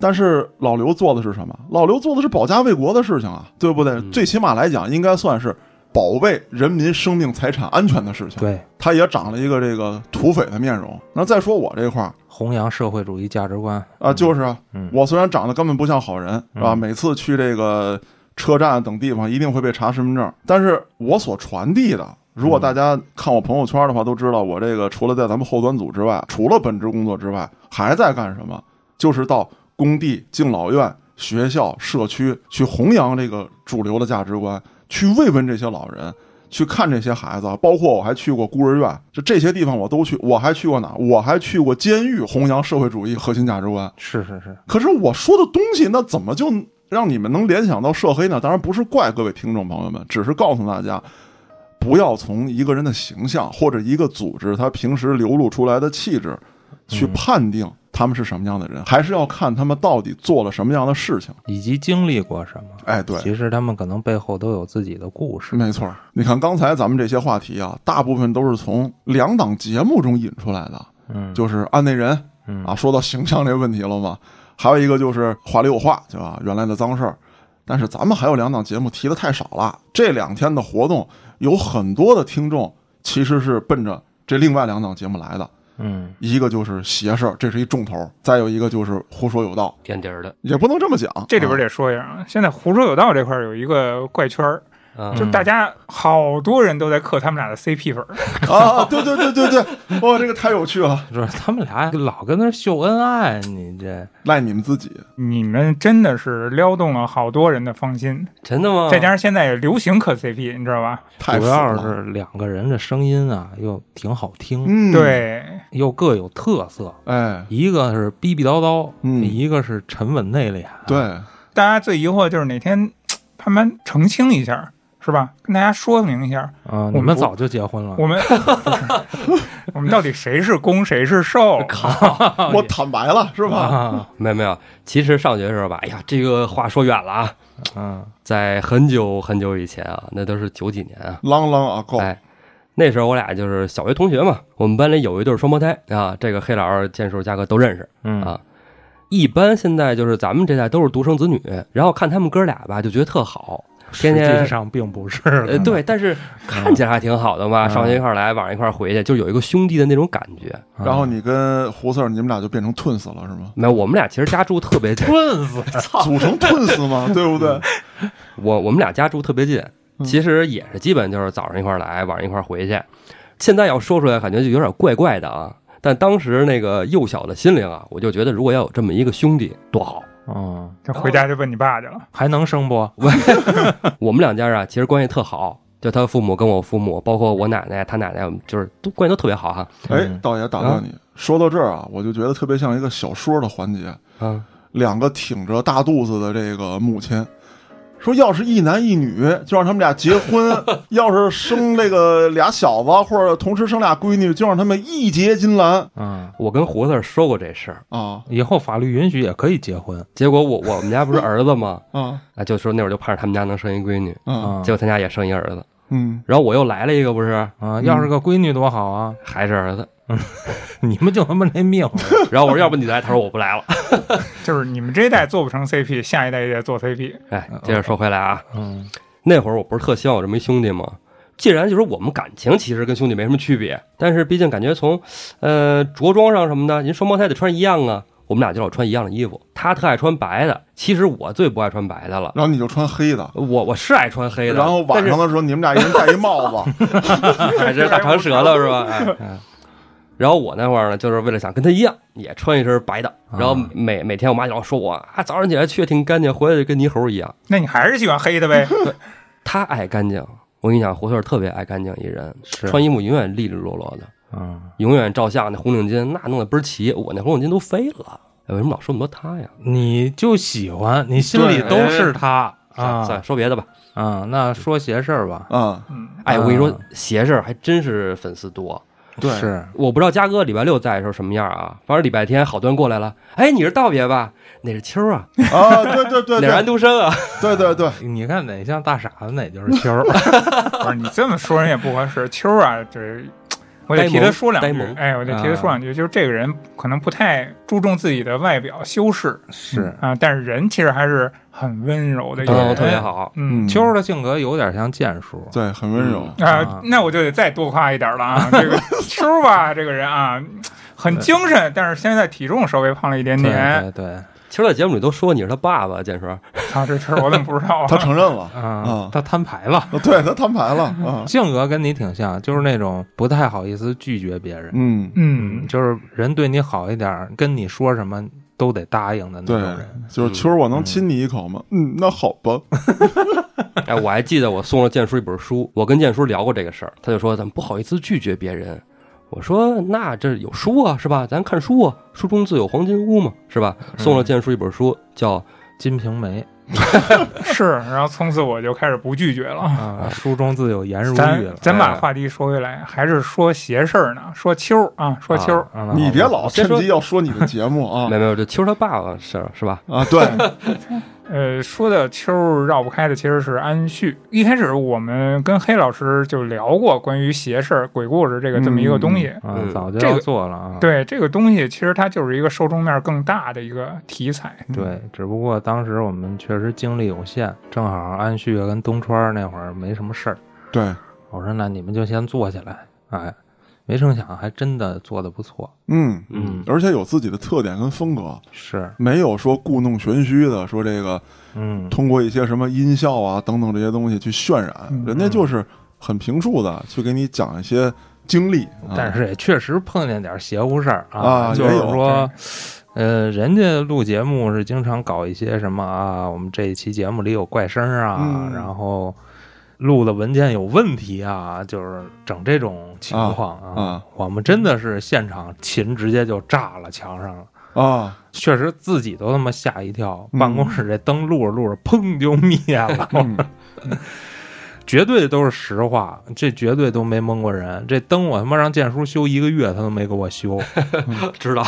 Speaker 2: 但是老刘做的是什么？老刘做的是保家卫国的事情啊，对不对？最起码来讲，应该算是保卫人民生命财产安全的事情。，
Speaker 1: 对，
Speaker 2: 他也长了一个这个土匪的面容。那再说我这块儿
Speaker 1: 弘扬社会主义价值观
Speaker 2: 啊，就是啊，
Speaker 1: 嗯
Speaker 2: 我虽然长得根本不像好人，是吧？每次去这个车站等地方，一定会被查身份证，但是我所传递的。
Speaker 1: 嗯
Speaker 2: 如果大家看我朋友圈的话，都知道我这个除了在咱们后端组之外，除了本职工作之外，还在干什么？就是到工地、敬老院、学校、社区去弘扬这个主流的价值观，去慰问这些老人，去看这些孩子。包括我还去过孤儿院，就这些地方我都去。我还去过哪？我还去过监狱，弘扬社会主义核心价值观。
Speaker 1: 是是是，
Speaker 2: 可是我说的东西，那怎么就让你们能联想到涉黑呢？当然不是怪各位听众朋友们，只是告诉大家，不要从一个人的形象或者一个组织他平时流露出来的气质去判定他们是什么样的人，还是要看他们到底做了什么样的事情。
Speaker 1: 以及经历过什么。
Speaker 2: 哎，对。
Speaker 1: 其实他们可能背后都有自己的故事。
Speaker 2: 没错，你看刚才咱们这些话题啊，大部分都是从两档节目中引出来的，
Speaker 1: 嗯，
Speaker 2: 就是案内人
Speaker 1: 嗯
Speaker 2: 啊，说到形象这问题了嘛，还有一个就是话里有话，对吧？原来的脏事儿，但是咱们还有两档节目提的太少了。这两天的活动有很多的听众其实是奔着这另外两档节目来的，
Speaker 1: 嗯，
Speaker 2: 一个就是邪事儿，这是一重头儿；再有一个就是胡说有道，
Speaker 4: 垫底儿的，
Speaker 2: 也不能这么讲。
Speaker 3: 这里边
Speaker 2: 啊
Speaker 3: 得说一下啊，现在胡说有道这块儿有一个怪圈儿，
Speaker 4: 嗯，
Speaker 3: 就是大家好多人都在嗑他们俩的 CP 粉儿，
Speaker 2: 啊，对对对对对，哇，这个太有趣了，
Speaker 1: 就是他们俩老跟那儿秀恩爱，你这
Speaker 2: 赖你们自己。
Speaker 3: 你们真的是撩动了好多人的芳心，
Speaker 4: 真的吗？
Speaker 3: 再加上现在也流行嗑 CP，你知道吧？
Speaker 2: 太
Speaker 1: 主
Speaker 2: 粉
Speaker 1: 要
Speaker 2: 了
Speaker 1: 是两个人的声音啊，又挺好听，
Speaker 2: 嗯，，
Speaker 3: 对，
Speaker 1: 又各有特色。
Speaker 2: 哎，
Speaker 1: 一个是逼逼叨叨，
Speaker 2: 嗯
Speaker 1: 一个是沉稳内敛。啊
Speaker 2: 对，
Speaker 3: 大家最疑惑就是哪天慢慢澄清一下，是吧？跟大家说明一下，
Speaker 1: 啊，
Speaker 3: 们
Speaker 1: 你们
Speaker 3: 不
Speaker 1: 早就结婚
Speaker 4: 嗯
Speaker 1: 了，
Speaker 3: 我们 不是 我们到底谁是攻谁是受？
Speaker 2: 我坦白了，是吧？
Speaker 1: 啊，
Speaker 4: 没有没有，其实上学的时候吧，哎呀，这个话说远了啊，
Speaker 1: 嗯
Speaker 4: 在很久很久以前啊，那都是九几年啊，
Speaker 2: 啷啷啊，够，
Speaker 4: 哎，那时候我俩就是小学同学嘛，我们班里有一对双胞胎啊，这个黑老师、建叔、嘉哥都认识。
Speaker 1: 嗯
Speaker 4: 啊一般现在就是咱们这代都是独生子女，然后看他们哥俩吧，就觉得特好，天
Speaker 1: 实
Speaker 4: 天
Speaker 1: 际上并不是
Speaker 4: 呃，对，但是看起来还挺好的嘛，
Speaker 1: 嗯
Speaker 4: 上学一块儿来，晚上一块儿回去，就有一个兄弟的那种感觉。
Speaker 2: 然
Speaker 1: 啊
Speaker 2: 后你跟胡四儿，你们俩就变成 twins 了，是吗？
Speaker 4: 没有，我们俩其实家住特别近，
Speaker 1: 棍子，
Speaker 2: 组成 twins 嘛，对不对？
Speaker 4: 我我们俩家住特别近，其实也是基本就是早上一块儿来，晚上一块儿回去。现在要说出来，感觉就有点怪怪的啊。但当时那个幼小的心灵啊，我就觉得如果要有这么一个兄弟多好。
Speaker 1: 嗯，
Speaker 3: 就回家就问你爸去了。
Speaker 1: 还能生不？
Speaker 4: 我们两家啊，其实关系特好，就他父母跟我父母，包括我奶奶、他奶奶，我们就是都关系都特别好哈。
Speaker 2: 哎
Speaker 1: 嗯，
Speaker 2: 道爷打断你，说到这儿啊，我就觉得特别像一个小说的环节，
Speaker 4: 啊，
Speaker 2: 两个挺着大肚子的这个母亲。说要是一男一女，就让他们俩结婚；要是生这个俩小子，或者同时生俩闺女，就让他们义结金兰
Speaker 1: 嗯，
Speaker 4: 我跟胡子说过这事儿，
Speaker 2: 啊
Speaker 1: 以后法律允许也可以结婚
Speaker 4: 结果我我们家不是儿子吗？
Speaker 2: 啊
Speaker 4: 啊，就说那会儿就盼着他们家能生一闺女，
Speaker 2: 啊
Speaker 1: 啊
Speaker 4: 结果他家也生一儿子，
Speaker 2: 嗯
Speaker 4: 然后我又来了一个，不是
Speaker 1: 啊！要是个闺女多好啊！
Speaker 4: 还是儿子，
Speaker 1: 你们就他妈那命，
Speaker 4: 然后我说要不你来，他说我不来了。
Speaker 3: 就是你们这一代做不成 CP，下一代也得做 CP。
Speaker 4: 哎，接着说回来啊，
Speaker 1: 嗯
Speaker 4: 那会儿我不是特希望我这么一兄弟吗？既然就是我们感情其实跟兄弟没什么区别，但是毕竟感觉从，呃，着装上什么的，人双胞胎得穿一样啊。我们俩就老穿一样的衣服，他特爱穿白的，其实我最不爱穿白的了。
Speaker 2: 然后你就穿黑的，
Speaker 4: 我我是爱穿黑的，
Speaker 2: 然后晚上的时候你们俩一人戴一帽子，
Speaker 4: 但是还是大长舌头是吧？哎，哎然后我那会儿呢，就是为了想跟他一样，也穿一身白的。然后
Speaker 1: 啊
Speaker 4: 每每天我妈就老说我啊，早上起来去挺干净，回来就跟泥猴一样。
Speaker 3: 那你还是喜欢黑的呗？
Speaker 4: 他爱干净，我跟你讲，胡同儿特别爱干净一人，
Speaker 1: 是
Speaker 4: 穿衣服永远利利落落的，
Speaker 1: 嗯，
Speaker 4: 永远照相那红领巾那弄得倍儿齐，我那红领巾都飞了。哎，为什么老说那么多他呀？
Speaker 1: 你就喜欢，你心里都是他
Speaker 4: 算
Speaker 1: 啊
Speaker 4: 算了说别的吧。
Speaker 1: 啊。那说邪事儿吧，
Speaker 2: 啊，
Speaker 3: 嗯，
Speaker 4: 哎，我跟你说
Speaker 1: 啊，
Speaker 4: 邪事儿还真是粉丝多。
Speaker 2: 对
Speaker 1: 是
Speaker 4: 我不知道嘉哥礼拜六在的时候什么样啊，反正礼拜天好多人过来了。哎，你是道别吧？哪是秋儿啊？
Speaker 2: 啊，对对对
Speaker 4: 哪是安
Speaker 2: 对
Speaker 4: 徒生啊？
Speaker 2: 对对对，
Speaker 1: 你看哪像大傻子，哪就是秋儿。
Speaker 3: 不是你这么说人也不合适。秋儿啊，这我得替他说两
Speaker 4: 呆
Speaker 3: 句
Speaker 4: 萌。啊
Speaker 3: 哎，我得替他说两句，就是这个人可能不太注重自己的外表修饰
Speaker 1: 是
Speaker 3: 啊，但是人其实还是很温柔的一个
Speaker 4: 嗯，
Speaker 3: 人，
Speaker 4: 特别。好。
Speaker 3: 嗯
Speaker 1: 秋儿的性格有点像剑叔，
Speaker 2: 对，很温柔，
Speaker 4: 嗯
Speaker 1: 啊
Speaker 3: 啊，那我就得再多夸一点了啊。这个秋儿吧，这个人啊，很精神，但是现在体重稍微胖了一点
Speaker 1: 对
Speaker 3: 点。
Speaker 1: 对对，
Speaker 4: 其实，在节目里都说你是他爸爸，建叔。
Speaker 3: 啊，这事儿我怎么不知道啊？
Speaker 2: 他承认了，
Speaker 1: 啊
Speaker 2: 啊，
Speaker 1: 他摊牌了，
Speaker 2: 对他摊牌了啊，
Speaker 1: 性格跟你挺像，就是那种不太好意思拒绝别人，
Speaker 2: 嗯，
Speaker 3: 嗯，
Speaker 1: 就是人对你好一点儿，跟你说什么都得答应的那
Speaker 2: 对
Speaker 1: 种人。
Speaker 2: 就是秋儿，我能亲你一口吗？嗯，那好吧，
Speaker 4: 哎，我还记得我送了建叔一本书，我跟建叔聊过这个事儿，他就说咱们不好意思拒绝别人。我说那这有书啊，是吧？咱看书啊，书中自有黄金屋嘛，是吧？送了建叔一本书，叫
Speaker 1: 金瓶梅
Speaker 3: 是。然后从此我就开始不拒绝了。
Speaker 1: 啊，书中自有颜如玉
Speaker 3: 咱
Speaker 1: 了。
Speaker 3: 咱把
Speaker 4: 哎
Speaker 3: 话题说回来，还是说邪事儿呢？说秋儿啊，说秋儿，
Speaker 1: 啊
Speaker 2: 你别老
Speaker 4: 我先
Speaker 2: 趁
Speaker 4: 说
Speaker 2: 机要说你的节目 啊
Speaker 4: 没没有，就秋他爸爸事儿是吧？
Speaker 2: 啊，对，
Speaker 3: 呃，说的秋儿绕不开的其实是安旭。一开始我们跟黑老师就聊过关于邪事儿、鬼故事这个这么一个东西。
Speaker 1: 啊
Speaker 4: 嗯，
Speaker 1: 早就
Speaker 3: 这
Speaker 1: 要
Speaker 3: 个
Speaker 1: 做了啊。
Speaker 3: 对这个东西，其实它就是一个受众面更大的一个题材。
Speaker 1: 对，只不过当时我们确实精力有限，正好安旭跟东川那会儿没什么事儿。
Speaker 2: 对，
Speaker 1: 我说那你们就先做起来，哎，没成想还真的做的不错。
Speaker 2: 嗯，
Speaker 4: 嗯，
Speaker 2: 而且有自己的特点跟风格，
Speaker 1: 是，
Speaker 2: 没有说故弄玄虚的，说这个
Speaker 1: 嗯，
Speaker 2: 通过一些什么音效啊等等这些东西去渲染
Speaker 3: 嗯，
Speaker 2: 人家就是很平述的去给你讲一些经历，啊
Speaker 1: 但是也确实碰见点邪乎事儿
Speaker 2: 啊
Speaker 1: 就是
Speaker 2: 也有
Speaker 1: 说。呃，人家录节目是经常搞一些什么啊，我们这一期节目里有怪声啊，
Speaker 2: 嗯
Speaker 1: 然后录的文件有问题啊，就是整这种情况啊。
Speaker 2: 啊
Speaker 1: 我们真的是现场琴直接就炸了墙上了，
Speaker 2: 啊，
Speaker 1: 确实自己都他妈吓一跳，
Speaker 2: 嗯
Speaker 1: 办公室这灯录着录着砰就灭 了。
Speaker 2: 嗯
Speaker 1: 绝对都是实话，这绝对都没蒙过人。这灯我他妈让建叔修一个月，他都没给我修，
Speaker 4: 嗯知道。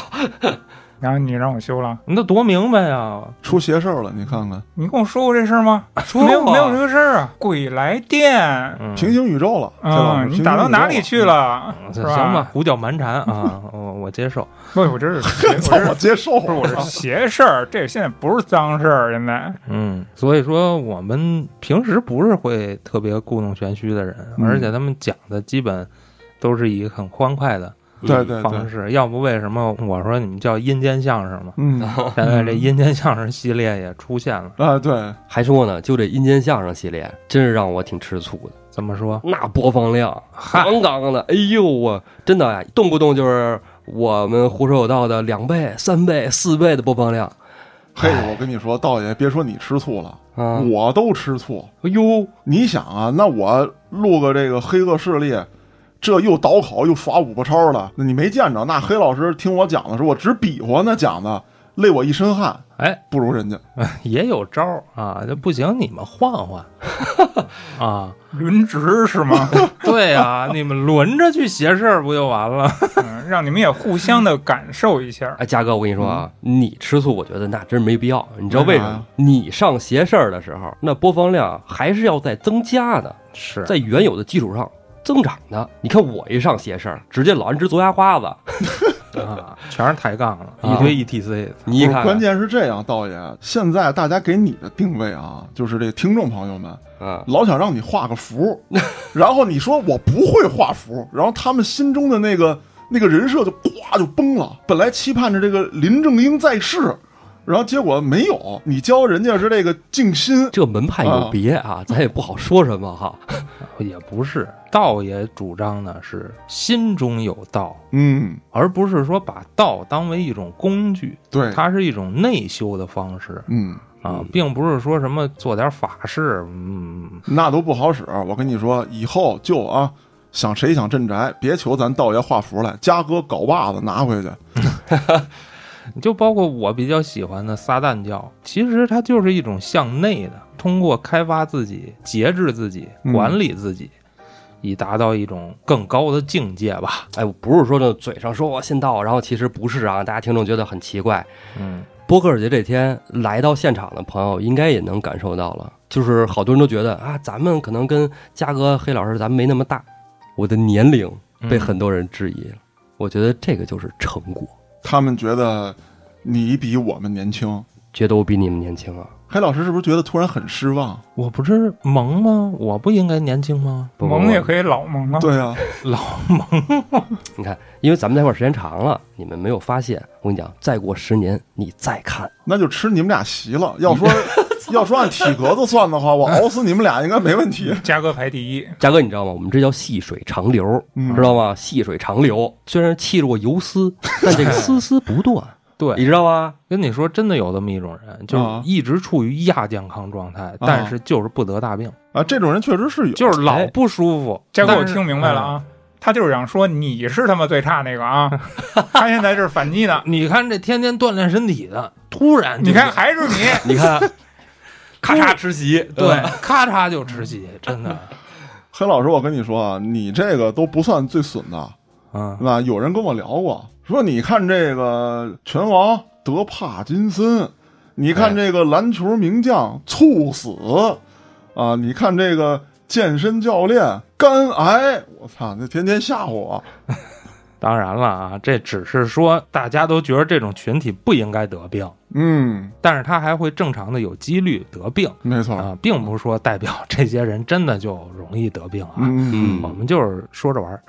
Speaker 3: 然后你让我修了，
Speaker 1: 那多明白呀！
Speaker 2: 出邪事儿了，你看看
Speaker 3: 你跟我说过这事儿吗？
Speaker 4: 说
Speaker 3: 没有
Speaker 4: 过
Speaker 3: 没有这个事儿啊！鬼来电，
Speaker 1: 嗯，
Speaker 2: 平行宇宙了，这老
Speaker 3: 啊，
Speaker 2: 师
Speaker 3: 你打到哪里？去 了？
Speaker 1: 嗯
Speaker 3: 是
Speaker 1: 行吧，？胡搅蛮缠啊， 我我接受。
Speaker 3: 不，我这是邪，
Speaker 2: 平
Speaker 3: 我
Speaker 2: 行宇宙了
Speaker 3: 这是
Speaker 2: 我接受
Speaker 3: 不 是我是邪事儿，这现在不是脏事儿，现在
Speaker 1: 嗯，所以说我们平时不是会特别故弄玄虚的人，
Speaker 2: 嗯
Speaker 1: 而且他们讲的基本都是以很欢快的
Speaker 2: 对对
Speaker 1: 方
Speaker 2: 对，
Speaker 1: 式，要不为什么我说你们叫阴间相声嘛？
Speaker 2: 嗯
Speaker 1: 现在这阴间相声系列也出现了，
Speaker 2: 啊对，
Speaker 4: 还说呢，就这阴间相声系列，真是让我挺吃醋的。
Speaker 1: 怎么 说？
Speaker 4: 那播放量
Speaker 1: 嗨，
Speaker 4: 杠杠的，哎呦我真的呀，动不动就是我们胡说有道的两倍、三倍、四倍的播放量
Speaker 2: 嘿，我跟你说，道爷，别说你吃醋了，
Speaker 4: 啊！
Speaker 2: 我都吃醋。
Speaker 4: 哎呦，
Speaker 2: 你想啊，那我录个这个黑恶势力，这又倒考又耍五不超的，那你没见着？那黑老师听我讲的时候，我直比划呢，讲的累我一身汗，
Speaker 1: 哎，
Speaker 2: 不如人家。
Speaker 1: 也有招儿啊，这不行，你们换 换啊，
Speaker 3: 轮值是吗？
Speaker 1: 对呀、你们轮着去邪事儿不就完了？
Speaker 3: 嗯，让你们也互相的感受一下。
Speaker 4: 哎，嘉哥，我跟你说啊，你吃醋，我觉得那真没必要。你知道为
Speaker 2: 为
Speaker 4: 什
Speaker 2: 啥
Speaker 4: 么
Speaker 2: 呀？
Speaker 4: 你上邪事儿的时候，那播放量还是要再增加的，
Speaker 1: 是
Speaker 4: 在原有的基础上增长的。你看我一上邪事儿，直接老安直嘬牙花子，
Speaker 1: 啊，全是抬杠了，
Speaker 4: 啊
Speaker 1: 一堆 ETC 的。
Speaker 4: 你一
Speaker 2: 不是
Speaker 4: 看
Speaker 2: 关
Speaker 4: 看，
Speaker 2: 键是这样，道爷，现在大家给你的定位啊，就是这听众朋友们
Speaker 4: 嗯，
Speaker 2: 老想让你画个符， 然后你说我不会画符，然后他们心中的那个那个人设就咵就崩了。本来期盼着这个林正英在世，然后结果没有，你教人家是这个静心，
Speaker 4: 这门派有别啊，咱也不好说什么哈。
Speaker 1: 也不是，道也主张的是心中有道，
Speaker 2: 嗯，
Speaker 1: 而不是说把道当为一种工具，
Speaker 2: 对，
Speaker 1: 它是一种内修的方式
Speaker 2: 嗯，
Speaker 1: 啊
Speaker 4: 嗯，
Speaker 1: 并不是说什么做点法事，嗯，
Speaker 2: 那都不好使。我跟你说，以后就啊。想谁想镇宅，别求咱道爷画符来，嘉哥镐把子拿回去。
Speaker 1: 就包括我比较喜欢的撒旦教，其实它就是一种向内的，通过开发自己、节制自己、
Speaker 2: 嗯
Speaker 1: 管理自己，以达到一种更高的境界吧。
Speaker 4: 哎，我不是说这嘴上说我信道，然后其实不是啊，大家听众觉得很奇怪。
Speaker 1: 嗯，
Speaker 4: 播客节这天来到现场的朋友，应该也能感受到了，就是好多人都觉得啊，咱们可能跟嘉哥、黑老师咱们没那么大，我的年龄被很多人质疑了。我觉得这个就是成果，
Speaker 2: 他们觉得你比我们年轻。
Speaker 4: 觉得我比你们年轻啊。
Speaker 2: 黑老师是不是觉得突然很失望？
Speaker 1: 我不是萌吗？我不应该年轻吗？
Speaker 4: 不
Speaker 3: 萌也可以老萌啊。
Speaker 2: 对啊，
Speaker 1: 老萌，
Speaker 4: 你看，因为咱们在一块儿时间长了，你们没有发现。我跟你讲，再过十年，你再看，
Speaker 2: 那就吃你们俩席了。要 说要说按体格子算的话，我熬死你们俩应该没问题。
Speaker 3: 嘉哥排第一，
Speaker 4: 嘉哥，你知道吗？我们这叫细水长流，
Speaker 2: 嗯
Speaker 4: 知道吗？细水长流，虽然气若游丝，但这个丝丝不断，你
Speaker 1: 对，
Speaker 4: 知道吗？
Speaker 1: 跟你说，真的有这么一种人，就是
Speaker 2: 啊
Speaker 1: 一直处于亚健康状态，
Speaker 3: 啊
Speaker 1: 但是就是不得大病，
Speaker 2: 啊，这种人确实是有。
Speaker 1: 就是老
Speaker 4: 哎
Speaker 1: 不舒服。
Speaker 3: 嘉哥我
Speaker 1: 但是
Speaker 3: 听明白了。啊，他就是想说你是他妈最差那个啊，他现在这是反击呢。
Speaker 1: 你看这天天锻炼身体的，突然就
Speaker 3: 你看还是你，
Speaker 4: 你 看，咔嚓吃席，
Speaker 1: 对
Speaker 4: 吧，
Speaker 1: 咔嚓就吃席，真的，
Speaker 2: 黑老师，我跟你说啊，你这个都不算最损的，
Speaker 1: 嗯，
Speaker 2: 那有人跟我聊过，说你看这个拳王德帕金森，你
Speaker 1: 哎
Speaker 2: 看这个篮球名将猝死，啊，你看这个健身教练肝癌，我操，那天天吓唬我。
Speaker 1: 当然了啊，这只是说大家都觉得这种群体不应该得病，
Speaker 2: 嗯，
Speaker 1: 但是他还会正常的有几率得病
Speaker 2: 没错，
Speaker 1: 啊，并不是说代表这些人真的就容易得病啊。
Speaker 2: 嗯，
Speaker 1: 我们就是说着玩儿，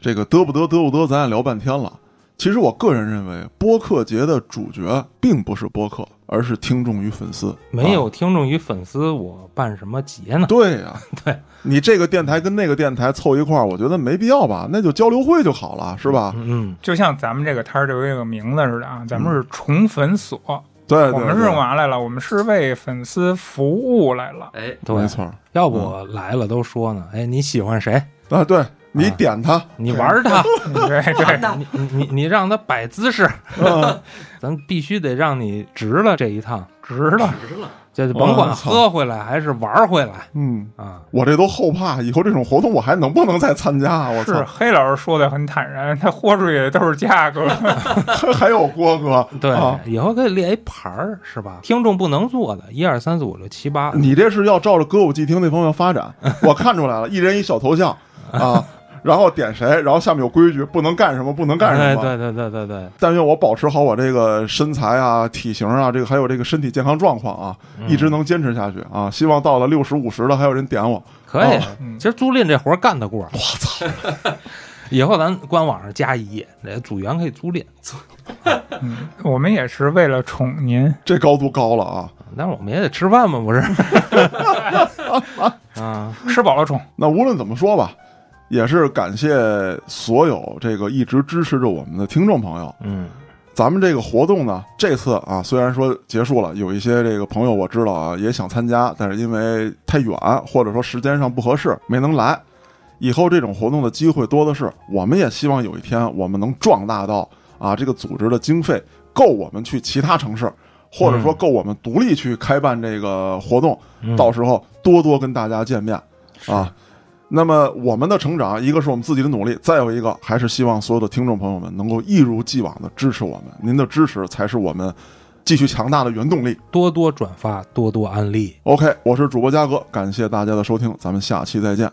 Speaker 2: 这个得不得得不得，咱也聊半天了。其实我个人认为，播客节的主角并不是播客，而是听众与粉丝。
Speaker 1: 没
Speaker 2: 啊
Speaker 1: 有听众与粉丝，我办什么节呢？
Speaker 2: 对呀、
Speaker 1: 对
Speaker 2: 你这个电台跟那个电台凑一块儿，我觉得没必要吧？那就交流会就好了，是吧？
Speaker 1: 嗯，
Speaker 3: 就像咱们这个摊儿就有一个名字似的啊，咱们是宠粉所，
Speaker 2: 对嗯对对，
Speaker 3: 我们是干嘛来了？我们是为粉丝服务 来了。
Speaker 4: 哎，
Speaker 1: 对
Speaker 2: 没，错嗯儿
Speaker 1: 要不我来了都说呢，哎，你喜欢谁？
Speaker 2: 啊，对你点他，
Speaker 1: 你玩儿 他，
Speaker 3: 嗯对对，
Speaker 1: 你你你你让他摆姿势，
Speaker 2: 嗯，
Speaker 1: 咱必须得让你值了这一趟，值了，值了，这就甭
Speaker 2: 我
Speaker 1: 管
Speaker 2: 操
Speaker 1: 喝回来还是玩回来
Speaker 2: 嗯，
Speaker 1: 啊，
Speaker 2: 我这都后怕，以后这种活动我还能不能再参加啊？我
Speaker 3: 是
Speaker 2: 操，
Speaker 3: 黑老师说的很坦然，他豁出去的都是价 格。
Speaker 2: 还有郭哥，
Speaker 1: 对
Speaker 2: 啊，
Speaker 1: 以后可以列一牌儿，是吧？听众不能做的，一二三四五六七八，
Speaker 2: 你这是要照着歌舞伎町那方面发展，我看出来了，一人一小头像啊，然后点谁，然后下面有规矩，不能干什么，不能干什
Speaker 1: 哎，
Speaker 2: 么。
Speaker 1: 对对对对对，
Speaker 2: 但愿我保持好我这个身材啊、体型啊，这个还有这个身体健康状况啊，一
Speaker 1: 嗯
Speaker 2: 直能坚持下去啊！希望到了六十五十了，还有人点我。
Speaker 1: 可以
Speaker 2: 哦。
Speaker 3: 嗯
Speaker 1: 其实租赁这活儿干得过，
Speaker 2: 我操，
Speaker 1: 以后咱官网上加一页，那组员可以租赁，
Speaker 3: 嗯，我们也是为了宠您，
Speaker 2: 这高度高了啊！
Speaker 1: 但是我们也得吃饭嘛， 不是？啊，
Speaker 3: 吃饱了宠。
Speaker 2: 那无论怎么说吧，也是感谢所有这个一直支持着我们的听众朋友。
Speaker 1: 嗯，
Speaker 2: 咱们这个活动呢，这次啊，虽然说结束了，有一些这个朋友我知道啊也想参加，但是因为太远或者说时间上不合适，没能来。以后这种活动的机会多的是，我们也希望有一天我们能壮大到啊，这个组织的经费够我们去其他城市，或者说够我们独立去开办这个活动。
Speaker 1: 嗯
Speaker 2: 到时候多多跟大家见面啊。那么我们的成长，一个是我们自己的努力，再有一个还是希望所有的听众朋友们能够一如既往的支持我们，您的支持才是我们继续强大的原动力。
Speaker 1: 多多转发，多多安利。
Speaker 2: OK，我是主播嘉哥，感谢大家的收听，咱们下期再见。